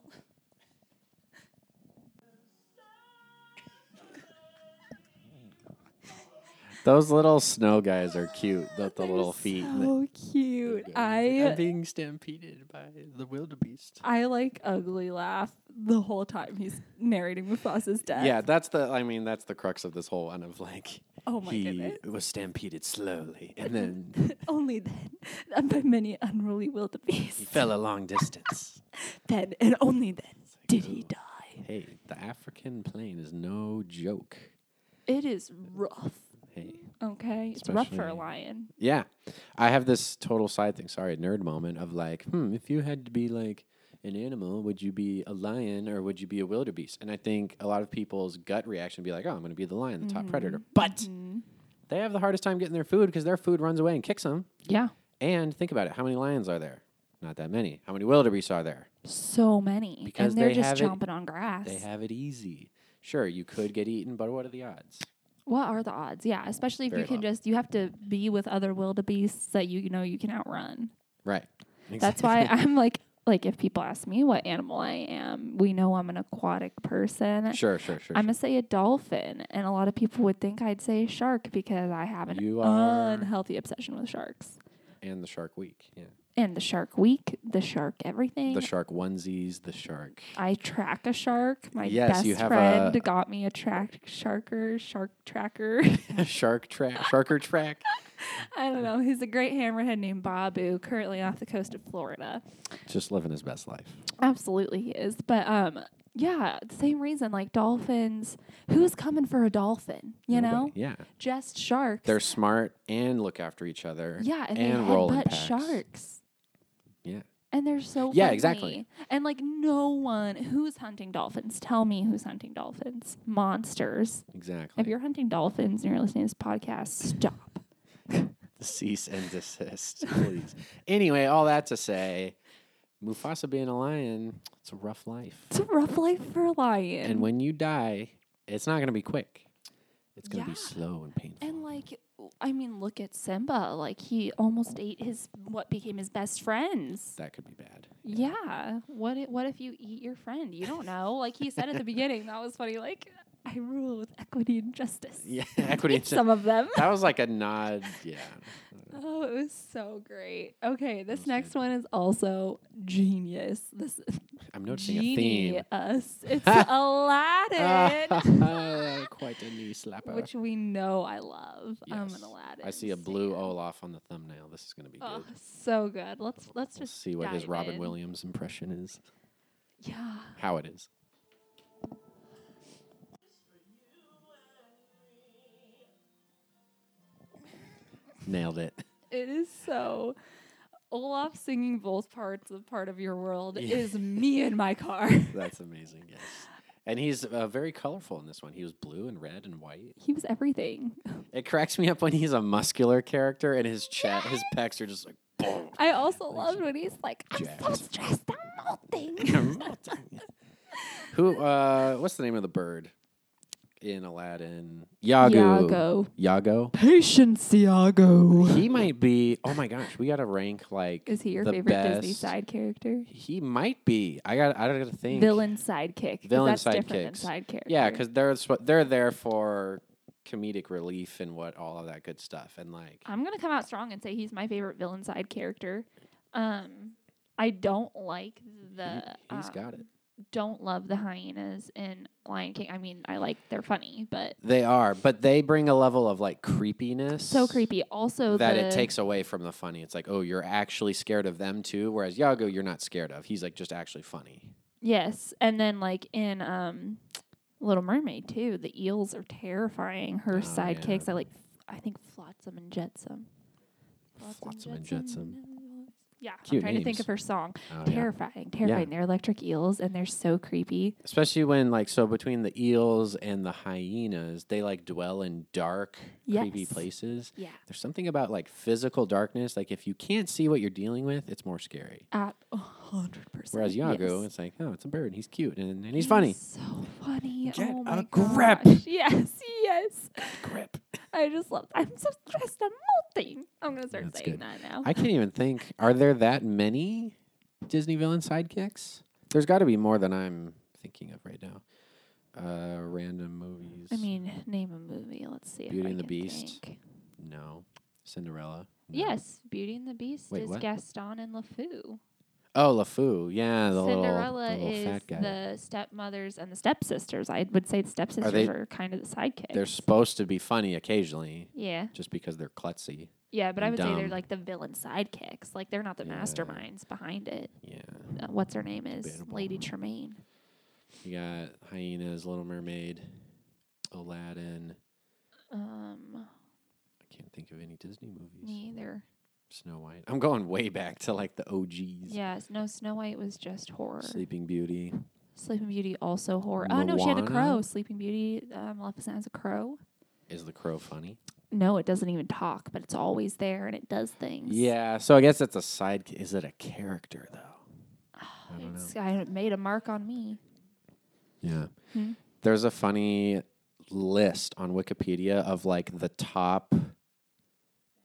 Speaker 1: Those little snow guys are cute. The, the little feet.
Speaker 2: So cute.
Speaker 1: am
Speaker 2: I
Speaker 1: being stampeded by the wildebeest.
Speaker 2: I like ugly laugh the whole time he's narrating Mufasa's death.
Speaker 1: Yeah, that's the. I mean, that's the crux of this whole one of like.
Speaker 2: Oh my
Speaker 1: he
Speaker 2: goodness.
Speaker 1: was stampeded slowly, and then
Speaker 2: Only then and by many unruly
Speaker 1: he
Speaker 2: wildebeest.
Speaker 1: fell a long distance.
Speaker 2: Then and only then did he die.
Speaker 1: Hey, the African plane is no joke.
Speaker 2: It is rough.
Speaker 1: Hey,
Speaker 2: Okay. It's rough for a
Speaker 1: Especially-
Speaker 2: lion.
Speaker 1: yeah, I have this total side thing. Sorry, nerd moment of like, hmm, if you had to be like an animal, would you be a lion or would you be a wildebeest? And I think a lot of people's gut reaction would be like, oh, I'm going to be the lion, the top predator. But
Speaker 2: Mhm.
Speaker 1: they have the hardest time getting their food because their food runs away and kicks them.
Speaker 2: Yeah.
Speaker 1: And think about it: how many lions are there? Not that many. How many wildebeests are there?
Speaker 2: So many.
Speaker 1: Because
Speaker 2: and they're
Speaker 1: they
Speaker 2: just
Speaker 1: have it-
Speaker 2: chomping on grass.
Speaker 1: They have it easy. Sure, you could get eaten, but what are the odds?
Speaker 2: What are the odds? Yeah, especially if
Speaker 1: Very
Speaker 2: you can
Speaker 1: low.
Speaker 2: just you have to be with other wildebeests that you know you can outrun.
Speaker 1: Right.
Speaker 2: That's why I'm like like if people ask me what animal I am, we know I'm an aquatic person.
Speaker 1: sure, sure, sure.
Speaker 2: I'm gonna say a dolphin, and a lot of people would think I'd say shark because I have an
Speaker 1: You are-
Speaker 2: unhealthy obsession with sharks.
Speaker 1: sure. And the shark week. Yeah.
Speaker 2: And the shark week, the shark everything.
Speaker 1: The shark onesies. The shark.
Speaker 2: I track a shark. My
Speaker 1: Yes,
Speaker 2: best
Speaker 1: you have
Speaker 2: friend
Speaker 1: a-
Speaker 2: got me a track sharker, shark tracker.
Speaker 1: shark track. Sharker track.
Speaker 2: I don't know. He's a great hammerhead named Babu, currently off the coast of Florida.
Speaker 1: Just living his best life.
Speaker 2: Absolutely, he is. But um, yeah, same reason. Like dolphins, who's coming for a dolphin? You know,
Speaker 1: Nobody- Yeah.
Speaker 2: just sharks.
Speaker 1: They're smart and look after each other.
Speaker 2: yeah, and,
Speaker 1: and
Speaker 2: they
Speaker 1: roll in
Speaker 2: headbutt
Speaker 1: packs.
Speaker 2: sharks. And they're so
Speaker 1: Yeah, exactly.
Speaker 2: funny. And like no one who's hunting dolphins. Tell me who's hunting dolphins. Monsters.
Speaker 1: Exactly.
Speaker 2: If you're hunting dolphins and you're listening to this podcast, stop.
Speaker 1: Cease and desist, please. anyway, all that to say, Mufasa being a lion, it's a rough life.
Speaker 2: It's a rough life for a lion.
Speaker 1: And when you die, it's not going to be quick. It's going to
Speaker 2: Yeah.
Speaker 1: be slow and painful.
Speaker 2: And like, I mean, look at Simba. Like he almost ate his what became his best friends.
Speaker 1: that could be bad.
Speaker 2: Yeah. What? i what if you eat your friend? You don't know. Like he said at the beginning, that was funny. Like I rule with equity and justice.
Speaker 1: Yeah, equity. and-
Speaker 3: Some of them.
Speaker 1: that was like a nod. Yeah.
Speaker 2: Oh, it was so great. Okay, this
Speaker 1: was
Speaker 2: next
Speaker 1: good.
Speaker 2: one is also genius. This
Speaker 1: I'm noticing
Speaker 2: genius. It's
Speaker 1: a
Speaker 2: Aladdin.
Speaker 1: theme. Quite a knee slapper.
Speaker 2: Which we know I love. I'm
Speaker 1: Yes.
Speaker 2: an Um, Aladdin.
Speaker 1: I see a blue
Speaker 2: stan.
Speaker 1: Olaf on the thumbnail. This is going to be
Speaker 2: Oh,
Speaker 1: good.
Speaker 2: so good. Let's let's
Speaker 1: We'll
Speaker 2: just
Speaker 1: see what his
Speaker 2: dive
Speaker 1: Robin
Speaker 2: in.
Speaker 1: Williams impression is.
Speaker 2: Yeah.
Speaker 1: How it is. Nailed it.
Speaker 2: It is so. Olaf singing both parts of part of your world
Speaker 1: Yeah.
Speaker 2: is me in my car.
Speaker 1: That's amazing. Yes. And he's uh, very colorful in this one. He was blue and red and white.
Speaker 2: he was everything.
Speaker 1: It cracks me up when he's a muscular character and his chat, his pecs are just like boom.
Speaker 2: I also loved when he's like, I'm so
Speaker 1: Jazzed.
Speaker 2: stressed, I'm melting.
Speaker 1: melting. Who? Uh, what's the name of the bird in Aladdin? Yago.
Speaker 2: Iago.
Speaker 1: Yago.
Speaker 2: Patience, Iago.
Speaker 1: He might be. Oh my gosh, we got to rank like.
Speaker 2: Is he your
Speaker 1: the
Speaker 2: favorite Disney
Speaker 1: best-
Speaker 2: side character?
Speaker 1: He might be. I got. I got to think.
Speaker 2: Villain sidekick. 'cause
Speaker 1: Villain
Speaker 2: that's different than
Speaker 1: sidekicks.
Speaker 2: side character.
Speaker 1: Yeah, because they're sp- they're there for comedic relief and what all of that good stuff and like.
Speaker 2: I'm gonna come out strong and say he's my favorite villain side character. Um, I don't like the.
Speaker 1: he, has
Speaker 2: um,
Speaker 1: got it.
Speaker 2: Don't love the hyenas in Lion King. I mean, I like they're funny, but
Speaker 1: They are, but they bring a level of like creepiness.
Speaker 2: so creepy. Also,
Speaker 1: that
Speaker 2: the-
Speaker 1: it takes away from the funny. It's like, oh, you're actually scared of them too. Whereas Yago, you're not scared of. He's like just actually funny.
Speaker 2: Yes, and then like in um, Little Mermaid too, the eels are terrifying. Her
Speaker 1: Oh,
Speaker 2: sidekicks, I like. I think Flotsam and Jetsam.
Speaker 1: Flotsam and Jetsam.
Speaker 2: Yeah, I'm
Speaker 1: Cute
Speaker 2: trying to think
Speaker 1: names.
Speaker 2: of her song.
Speaker 1: Oh, yeah.
Speaker 2: terrifying, terrifying. They're electric eels, and they're so creepy.
Speaker 1: Especially when like so between the eels and the hyenas, they like dwell in dark, creepy
Speaker 2: Yes.
Speaker 1: places.
Speaker 2: Yeah,
Speaker 1: There's something about like physical darkness. Like if you can't see what you're dealing with, it's more scary.
Speaker 2: at hundred percent.
Speaker 1: Whereas Yago,
Speaker 2: yes.
Speaker 1: it's like, oh, it's a bird. He's cute and, and he's funny.
Speaker 2: So funny.
Speaker 1: Get
Speaker 2: oh
Speaker 1: a
Speaker 2: my
Speaker 1: grip.
Speaker 2: gosh. Yes, yes.
Speaker 1: Grip.
Speaker 2: I just love. I'm so stressed. I'm molting. I'm gonna start
Speaker 1: That's
Speaker 2: saying
Speaker 1: good.
Speaker 2: that now.
Speaker 1: I can't even think. Are there that many Disney villain sidekicks? There's got to be more than I'm thinking of right now. Uh, random movies.
Speaker 2: I mean, name a movie. Let's see. if
Speaker 1: Beauty
Speaker 2: I
Speaker 1: and the
Speaker 2: can
Speaker 1: Beast.
Speaker 2: think.
Speaker 1: no. Cinderella. No.
Speaker 2: Yes, Beauty and the Beast
Speaker 1: Wait,
Speaker 2: is
Speaker 1: what?
Speaker 2: Gaston and LeFou.
Speaker 1: Oh, LeFou. Yeah, the little-
Speaker 2: Cinderella
Speaker 1: the little,
Speaker 2: is
Speaker 1: fat guy.
Speaker 2: the stepmothers and the stepsisters. I would say the stepsisters are,
Speaker 1: they-
Speaker 2: kind of the sidekicks.
Speaker 1: They're supposed to be funny occasionally,
Speaker 2: yeah,
Speaker 1: just because they're klutzy.
Speaker 2: yeah, but I would say they're
Speaker 1: dumb.
Speaker 2: like the villain sidekicks. Like they're not the
Speaker 1: Yeah.
Speaker 2: masterminds behind it.
Speaker 1: Yeah.
Speaker 2: Uh, what's her name is
Speaker 1: Debatable.
Speaker 2: Lady Tremaine.
Speaker 1: You got hyenas, Little Mermaid, Aladdin.
Speaker 2: Um,
Speaker 1: I can't think of any Disney movies.
Speaker 2: neither.
Speaker 1: Snow White. I'm going way back to like the OGs.
Speaker 2: Yes, no. Snow White was just horror.
Speaker 1: Sleeping Beauty.
Speaker 2: Sleeping Beauty also horror. Oh no, she had a
Speaker 1: Moana?
Speaker 2: crow. Sleeping Beauty, uh, Maleficent has a crow.
Speaker 1: Is the crow funny?
Speaker 2: No, it doesn't even talk, but it's always there and it does things.
Speaker 1: Yeah, so I guess that's a side. ca- Is it a character though? I don't know.
Speaker 2: Oh, It's, I, it made a mark on me.
Speaker 1: Yeah,
Speaker 2: Hmm.
Speaker 1: there's a funny list on Wikipedia of like the top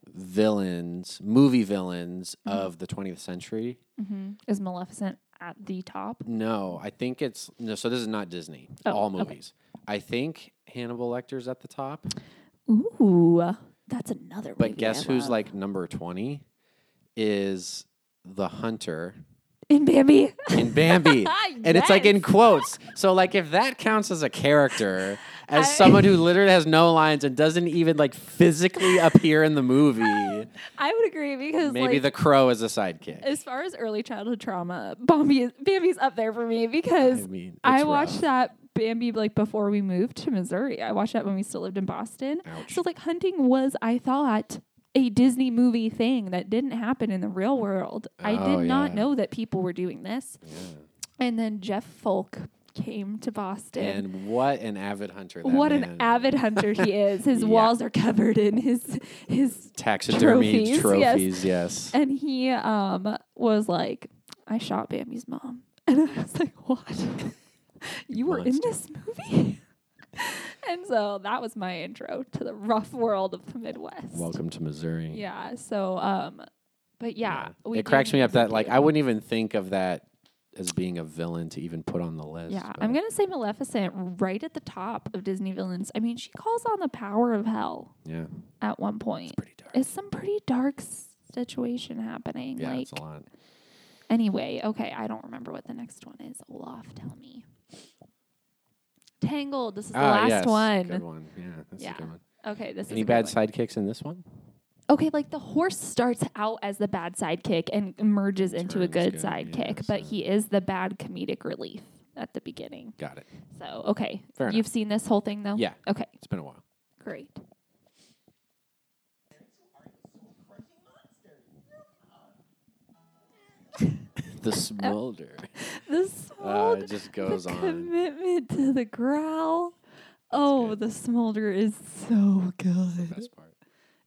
Speaker 1: villains, movie villains of the 20th century.
Speaker 2: Mm-hmm. Is Maleficent at the top?
Speaker 1: No, I think it's no. So this is not Disney.
Speaker 2: Oh,
Speaker 1: all
Speaker 2: okay.
Speaker 1: movies. I think Hannibal Lecter's at the top,
Speaker 2: Ooh, that's another.
Speaker 1: but
Speaker 2: movie I
Speaker 1: guess who's
Speaker 2: love.
Speaker 1: like number 20? Is the Hunter
Speaker 2: in Bambi?
Speaker 1: in Bambi. And it's like in
Speaker 2: Yes.
Speaker 1: quotes. So like if that counts as a character, as
Speaker 2: I-
Speaker 1: someone who literally has no lines and doesn't even like physically appear in the movie,
Speaker 2: I would agree because
Speaker 1: maybe
Speaker 2: like,
Speaker 1: the crow is a sidekick.
Speaker 2: as far as early childhood trauma, Bambi is, Bambi's up there for me because
Speaker 1: I mean, it's
Speaker 2: I
Speaker 1: rough.
Speaker 2: watched that Bambi like before we moved to Missouri. I watched that when we still lived in Boston.
Speaker 1: Ouch.
Speaker 2: So like hunting was I thought a Disney movie thing that didn't happen in the real world. I
Speaker 1: Oh,
Speaker 2: did not
Speaker 1: yeah.
Speaker 2: know that people were doing this.
Speaker 1: Yeah.
Speaker 2: And then Jeff Folk came to Boston.
Speaker 1: And what an avid hunter! That
Speaker 2: what
Speaker 1: man
Speaker 2: an
Speaker 1: is.
Speaker 2: avid hunter he is. His
Speaker 1: Yeah.
Speaker 2: walls are covered in his his
Speaker 1: taxidermy
Speaker 2: Trophies, yes.
Speaker 1: trophies. Yes.
Speaker 2: and he um was like, I shot Bambi's mom. And I was like, What? you were in
Speaker 1: Monster.
Speaker 2: this movie? and so that was my intro to the rough world of the Midwest.
Speaker 1: Welcome to Missouri.
Speaker 2: Yeah. So um but yeah, we
Speaker 1: it cracks
Speaker 2: did-
Speaker 1: me up that like I wouldn't even think of that as being a villain to even put on the list.
Speaker 2: Yeah,
Speaker 1: but-
Speaker 2: I'm gonna say Maleficent right at the top of Disney villains. I mean, she calls on the power of hell
Speaker 1: Yeah,
Speaker 2: at one point.
Speaker 1: pretty dark.
Speaker 2: It's some pretty dark s- situation happening.
Speaker 1: yeah,
Speaker 2: like
Speaker 1: it's a lot.
Speaker 2: anyway, okay, I don't remember what the next one is. Olaf, tell me. Tangled. This is the
Speaker 1: Ah,
Speaker 2: last
Speaker 1: yes,
Speaker 2: one.
Speaker 1: Good one. Yeah, that's
Speaker 2: Yeah.
Speaker 1: a good one.
Speaker 2: Okay, this
Speaker 1: Any
Speaker 2: is a good
Speaker 1: bad
Speaker 2: one.
Speaker 1: sidekicks in this one?
Speaker 2: Okay, like the horse starts out as the bad sidekick and merges into a
Speaker 1: Turns
Speaker 2: good
Speaker 1: good,
Speaker 2: sidekick,
Speaker 1: yes,
Speaker 2: but
Speaker 1: yeah.
Speaker 2: he is the bad comedic relief at the beginning.
Speaker 1: Got it.
Speaker 2: So okay,
Speaker 1: Fair enough.
Speaker 2: you've seen this whole thing though.
Speaker 1: Yeah.
Speaker 2: Okay.
Speaker 1: It's been a while.
Speaker 2: Great.
Speaker 1: The smolder
Speaker 2: The
Speaker 1: uh,
Speaker 2: smolder,
Speaker 1: it just goes
Speaker 2: the
Speaker 1: on.
Speaker 2: commitment to the growl. Oh,
Speaker 1: good.
Speaker 2: the smolder is so good.
Speaker 1: Best part.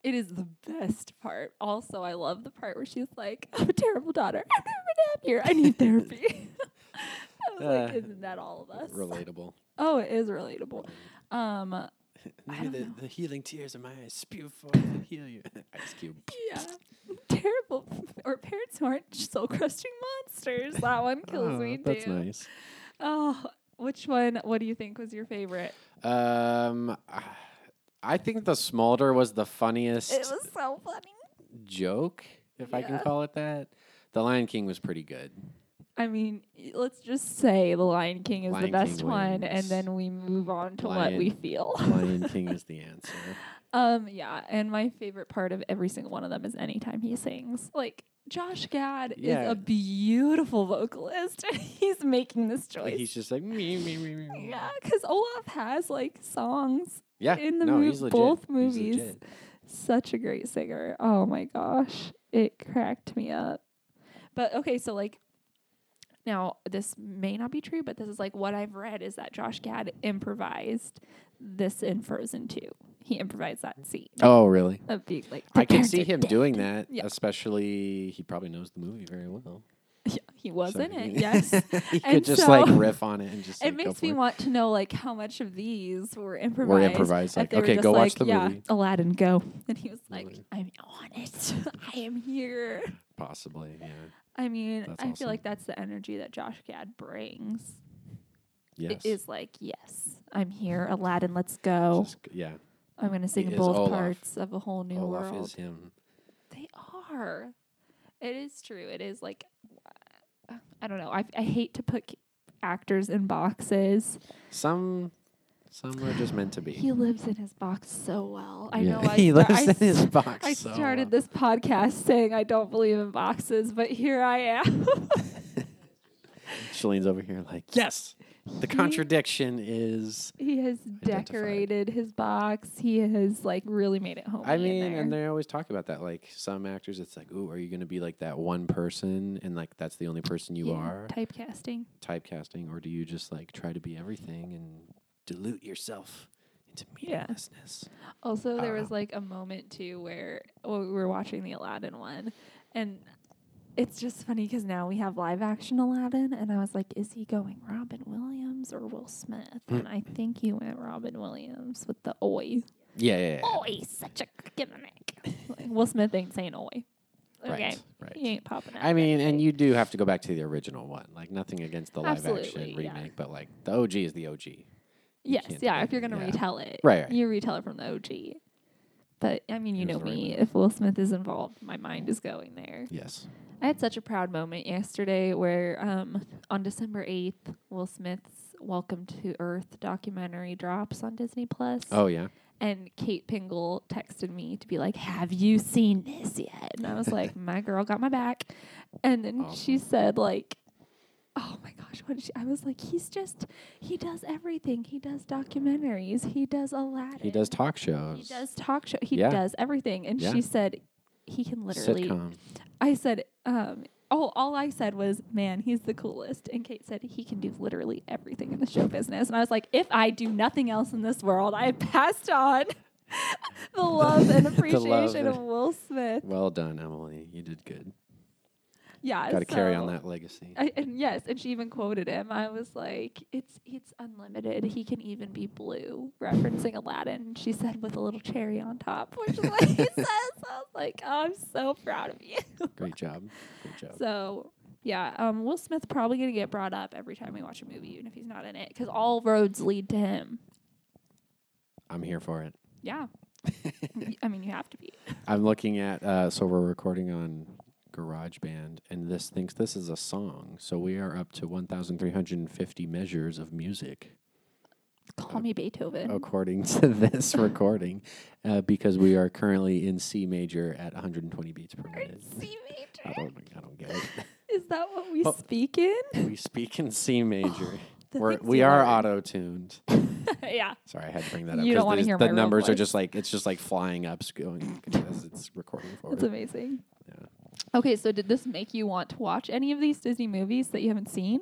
Speaker 2: It is the best part. Also, I love the part where she's like, "I'm a terrible daughter. I've never been happier. I need therapy." I was like,
Speaker 1: Uh,
Speaker 2: "Isn't that all of us?"
Speaker 1: Relatable.
Speaker 2: Oh, it is relatable. Um, I don't
Speaker 1: the,
Speaker 2: know.
Speaker 1: the healing tears of my eyes spew forth and heal you. Ice Cube.
Speaker 2: yeah, terrible or parents who aren't soul crushing monsters. That one kills
Speaker 1: Oh,
Speaker 2: me
Speaker 1: that's
Speaker 2: too.
Speaker 1: nice.
Speaker 2: Oh, which one? What do you think was your favorite?
Speaker 1: Um, I- I think the smolder was the funniest.
Speaker 2: It was so funny.
Speaker 1: joke, if I can
Speaker 2: Yeah.
Speaker 1: call it that. The Lion King was pretty good.
Speaker 2: I mean, y- let's just say The Lion King is
Speaker 1: Lion
Speaker 2: the
Speaker 1: King
Speaker 2: best one, and
Speaker 1: wins.
Speaker 2: then we move on to what we
Speaker 1: Lion-
Speaker 2: feel.
Speaker 1: Lion King is the answer.
Speaker 2: Um, yeah, and my favorite part of every single one of them is anytime he sings. Like Josh Gad is
Speaker 1: Yeah.
Speaker 2: a beautiful vocalist, and he's making this choice.
Speaker 1: Like he's just like me, me, me, me. me.
Speaker 2: yeah, because Olaf has like songs.
Speaker 1: yeah.
Speaker 2: in the
Speaker 1: no,
Speaker 2: mov-
Speaker 1: he's legit.
Speaker 2: both
Speaker 1: He's
Speaker 2: movies.
Speaker 1: legit.
Speaker 2: Such a great singer. Oh my gosh, it cracked me up. But okay, so like. Now, this may not be true, but this is like what I've read is that Josh Gad improvised this in Frozen 2. He improvised that scene.
Speaker 1: Oh, really?
Speaker 2: Of being like,
Speaker 1: I can
Speaker 2: "Prepare
Speaker 1: see
Speaker 2: to
Speaker 1: him
Speaker 2: die."
Speaker 1: doing that,
Speaker 2: Yeah.
Speaker 1: especially he probably knows the movie very well.
Speaker 2: Yeah, he was
Speaker 1: So
Speaker 2: in it.
Speaker 1: he-
Speaker 2: Yes.
Speaker 1: he
Speaker 2: And
Speaker 1: could just like
Speaker 2: so-
Speaker 1: riff on it and just.
Speaker 2: it
Speaker 1: like, go
Speaker 2: makes
Speaker 1: for
Speaker 2: me
Speaker 1: it.
Speaker 2: want to know like how much of these were improvised.
Speaker 1: improvised,
Speaker 2: that
Speaker 1: like,
Speaker 2: they were
Speaker 1: "Okay,
Speaker 2: just
Speaker 1: go watch
Speaker 2: like,
Speaker 1: the
Speaker 2: yeah,
Speaker 1: movie."
Speaker 2: Aladdin, go. And he was like,
Speaker 1: Really?
Speaker 2: "I'm on it. I am here."
Speaker 1: Possibly, yeah.
Speaker 2: I mean,
Speaker 1: That's
Speaker 2: I feel
Speaker 1: awesome.
Speaker 2: like that's the energy that Josh Gad brings.
Speaker 1: Yes.
Speaker 2: It is like, "Yes, I'm here, Aladdin. Let's go.
Speaker 1: Just- yeah.
Speaker 2: I'm going to sing
Speaker 1: is
Speaker 2: both
Speaker 1: Olaf.
Speaker 2: parts of a whole new
Speaker 1: Olaf
Speaker 2: world."
Speaker 1: is him.
Speaker 2: They are. It is true. It is like I don't know. I I hate to put c- actors in boxes.
Speaker 1: Some, some are just meant to be.
Speaker 2: He lives in his box so well. I
Speaker 1: Yeah.
Speaker 2: know. I
Speaker 1: he
Speaker 2: sta-
Speaker 1: lives
Speaker 2: I
Speaker 1: in his
Speaker 2: s-
Speaker 1: box.
Speaker 2: I
Speaker 1: so uh,
Speaker 2: started
Speaker 1: well.
Speaker 2: this podcast saying I don't believe in boxes, but here I am.
Speaker 1: Shalene's over here like, yes, the
Speaker 2: He-
Speaker 1: contradiction is.
Speaker 2: he has
Speaker 1: Identified.
Speaker 2: decorated his box. He has like really made it home.
Speaker 1: I mean,
Speaker 2: there.
Speaker 1: and they always talk about that. Like some actors, it's like, ooh, are you going to be like that one person and like that's the only person you
Speaker 2: Yeah,
Speaker 1: are
Speaker 2: typecasting.
Speaker 1: typecasting, or do you just like try to be everything and dilute yourself into
Speaker 2: Yeah.
Speaker 1: meaninglessness?
Speaker 2: Also, there
Speaker 1: Uh,
Speaker 2: was like a moment too where well, we were watching the Aladdin one, and it's just funny because now we have live action Aladdin, and I was like, is he going Robin Williams or Will Smith? and I think he went Robin Williams with the oi.
Speaker 1: Yeah, yeah, yeah, yeah.
Speaker 2: Oi, such a gimmick. like, Will Smith ain't saying oi. Okay.
Speaker 1: right, right.
Speaker 2: He ain't popping out.
Speaker 1: I mean, and you do have to go back to the original one. Like nothing against the live action
Speaker 2: Absolutely, yeah.
Speaker 1: remake, but like the OG is the OG.
Speaker 2: yes,
Speaker 1: can't
Speaker 2: yeah.
Speaker 1: debate
Speaker 2: If you're
Speaker 1: it,
Speaker 2: gonna
Speaker 1: yeah.
Speaker 2: retell it,
Speaker 1: Right, right.
Speaker 2: you retell it from the OG. But I mean, you
Speaker 1: It was
Speaker 2: know
Speaker 1: the right
Speaker 2: me.
Speaker 1: move.
Speaker 2: If Will Smith is involved, my mind is going there.
Speaker 1: Yes.
Speaker 2: I had such a proud moment yesterday where um, on December 8th, Will Smith's Welcome to Earth documentary drops on Disney Plus.
Speaker 1: Oh yeah.
Speaker 2: And Kate Pingle texted me to be like, Have you seen this yet? And I was like, My girl got my back. And then she said, like, Oh my gosh, gosh, what did she? I was like, he's just, he does everything. He does documentaries. He does Aladdin.
Speaker 1: He does talk shows.
Speaker 2: He does talk show. He
Speaker 1: Yeah.
Speaker 2: does everything. And
Speaker 1: Yeah.
Speaker 2: she said, he can literally.
Speaker 1: sitcom.
Speaker 2: I said, um, oh, all I said was, man, he's the coolest. And Kate said, he can do literally everything in the show business. And I was like, if I do nothing else in this world, I have passed on the love and
Speaker 1: The love
Speaker 2: appreciation of
Speaker 1: and-
Speaker 2: Will Smith.
Speaker 1: Well done, Emily. You did good.
Speaker 2: Yeah,
Speaker 1: Got to carry on
Speaker 2: so-
Speaker 1: that legacy.
Speaker 2: I, and yes, and she even quoted him. I was like, "It's it's unlimited. He can even be blue," referencing Aladdin. She said with a little cherry on top, which is what he says. I was like, oh, "I'm so proud of you."
Speaker 1: Great job. Great job.
Speaker 2: So yeah, um, Will Smith probably gonna get brought up every time we watch a movie, even if he's not in it, because all roads lead to him.
Speaker 1: I'm here for it.
Speaker 2: Yeah, Y- I mean, you have to be.
Speaker 1: I'm looking at. Uh, so we're recording on GarageBand, and this thinks this is a song. So we are up to 1,350 measures of music,
Speaker 2: Call me
Speaker 1: Oh,
Speaker 2: Beethoven.
Speaker 1: according to this recording, uh, because we are currently in C major at 120 beats per minute.
Speaker 2: C
Speaker 1: I
Speaker 2: major.
Speaker 1: don't. I don't get it.
Speaker 2: Is that what we
Speaker 1: Oh.
Speaker 2: speak in?
Speaker 1: we speak in C major.
Speaker 2: Oh, The
Speaker 1: We're,
Speaker 2: things
Speaker 1: we
Speaker 2: you
Speaker 1: are
Speaker 2: learn.
Speaker 1: auto tuned.
Speaker 2: yeah.
Speaker 1: Sorry, I had to bring that up.
Speaker 2: You
Speaker 1: 'cause
Speaker 2: don't wanna
Speaker 1: these-
Speaker 2: hear
Speaker 1: the
Speaker 2: my real
Speaker 1: numbers are
Speaker 2: voice.
Speaker 1: just like it's just like flying up, s- going as it's recording for
Speaker 2: That's
Speaker 1: it.
Speaker 2: amazing.
Speaker 1: Yeah.
Speaker 2: Okay, so did this make you want to watch any of these Disney movies that you haven't seen?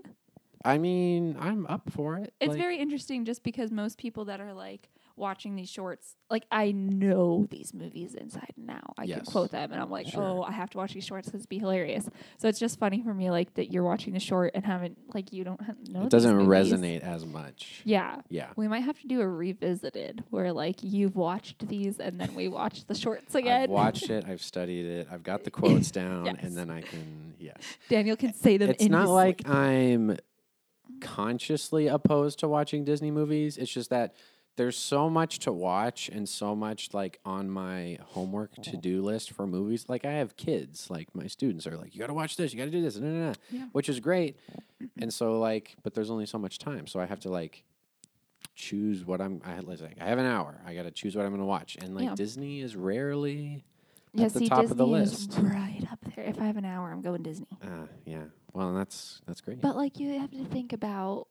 Speaker 1: I mean, I'm up for it.
Speaker 2: It's
Speaker 1: like-
Speaker 2: very interesting just because most people that are like watching these shorts, like I know these movies inside and out. I can
Speaker 1: Yes.
Speaker 2: quote them and I'm like,
Speaker 1: Sure.
Speaker 2: oh, I have to watch these shorts because it'd be hilarious. So it's just funny for me like that you're watching the short and haven't like you don't ha- know.
Speaker 1: It
Speaker 2: these
Speaker 1: doesn't
Speaker 2: movies.
Speaker 1: resonate as much.
Speaker 2: Yeah.
Speaker 1: Yeah.
Speaker 2: We might have to do a revisited where like you've watched these and then we watch the shorts again.
Speaker 1: I've watched it. I've studied it. I've got the quotes down,
Speaker 2: Yes.
Speaker 1: and then I can. Yes.
Speaker 2: Daniel can say them.
Speaker 1: It's
Speaker 2: in
Speaker 1: not
Speaker 2: his
Speaker 1: like
Speaker 2: sleep.
Speaker 1: I'm consciously opposed to watching Disney movies. It's just that there's so much to watch and so much like on my homework to do list for movies. Like I have kids. Like my students are like, you got to watch this. You got to do this. No, no, no.
Speaker 2: Yeah.
Speaker 1: Which is great. And so like, but there's only so much time, so I have to like choose what I'm. I had like I have an hour. I got to choose what I'm going to watch, and like
Speaker 2: Yeah.
Speaker 1: Disney is rarely.
Speaker 2: yeah,
Speaker 1: at the
Speaker 2: see,
Speaker 1: top
Speaker 2: Disney
Speaker 1: of the
Speaker 2: Is
Speaker 1: list.
Speaker 2: right up there. If I have an hour, I'm going Disney.
Speaker 1: Uh, yeah. Well, that's that's great.
Speaker 2: But like you have to think about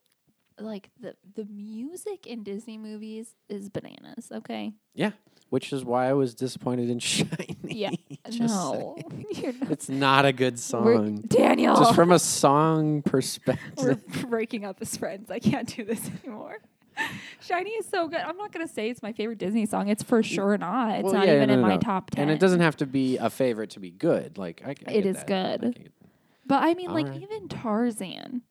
Speaker 2: like the the music in Disney movies is bananas, okay?
Speaker 1: which is why I was disappointed in Shiny.
Speaker 2: Yeah.
Speaker 1: Just
Speaker 2: no.
Speaker 1: saying.
Speaker 2: You're not
Speaker 1: It's not a good
Speaker 2: we're,
Speaker 1: song.
Speaker 2: Daniel.
Speaker 1: Just from a song
Speaker 2: we're
Speaker 1: perspective.
Speaker 2: breaking up as friends. I can't do this anymore. Shiny is so good. I'm not gonna say it's my favorite Disney song. It's for sure not. It's
Speaker 1: Well,
Speaker 2: not
Speaker 1: yeah,
Speaker 2: even
Speaker 1: no,
Speaker 2: in
Speaker 1: no,
Speaker 2: my
Speaker 1: no.
Speaker 2: top ten.
Speaker 1: and it doesn't have to be a favorite to be good. Like I, I
Speaker 2: It
Speaker 1: get
Speaker 2: is
Speaker 1: that. I
Speaker 2: good.
Speaker 1: get it.
Speaker 2: But I mean, like
Speaker 1: Alright.
Speaker 2: even Tarzan,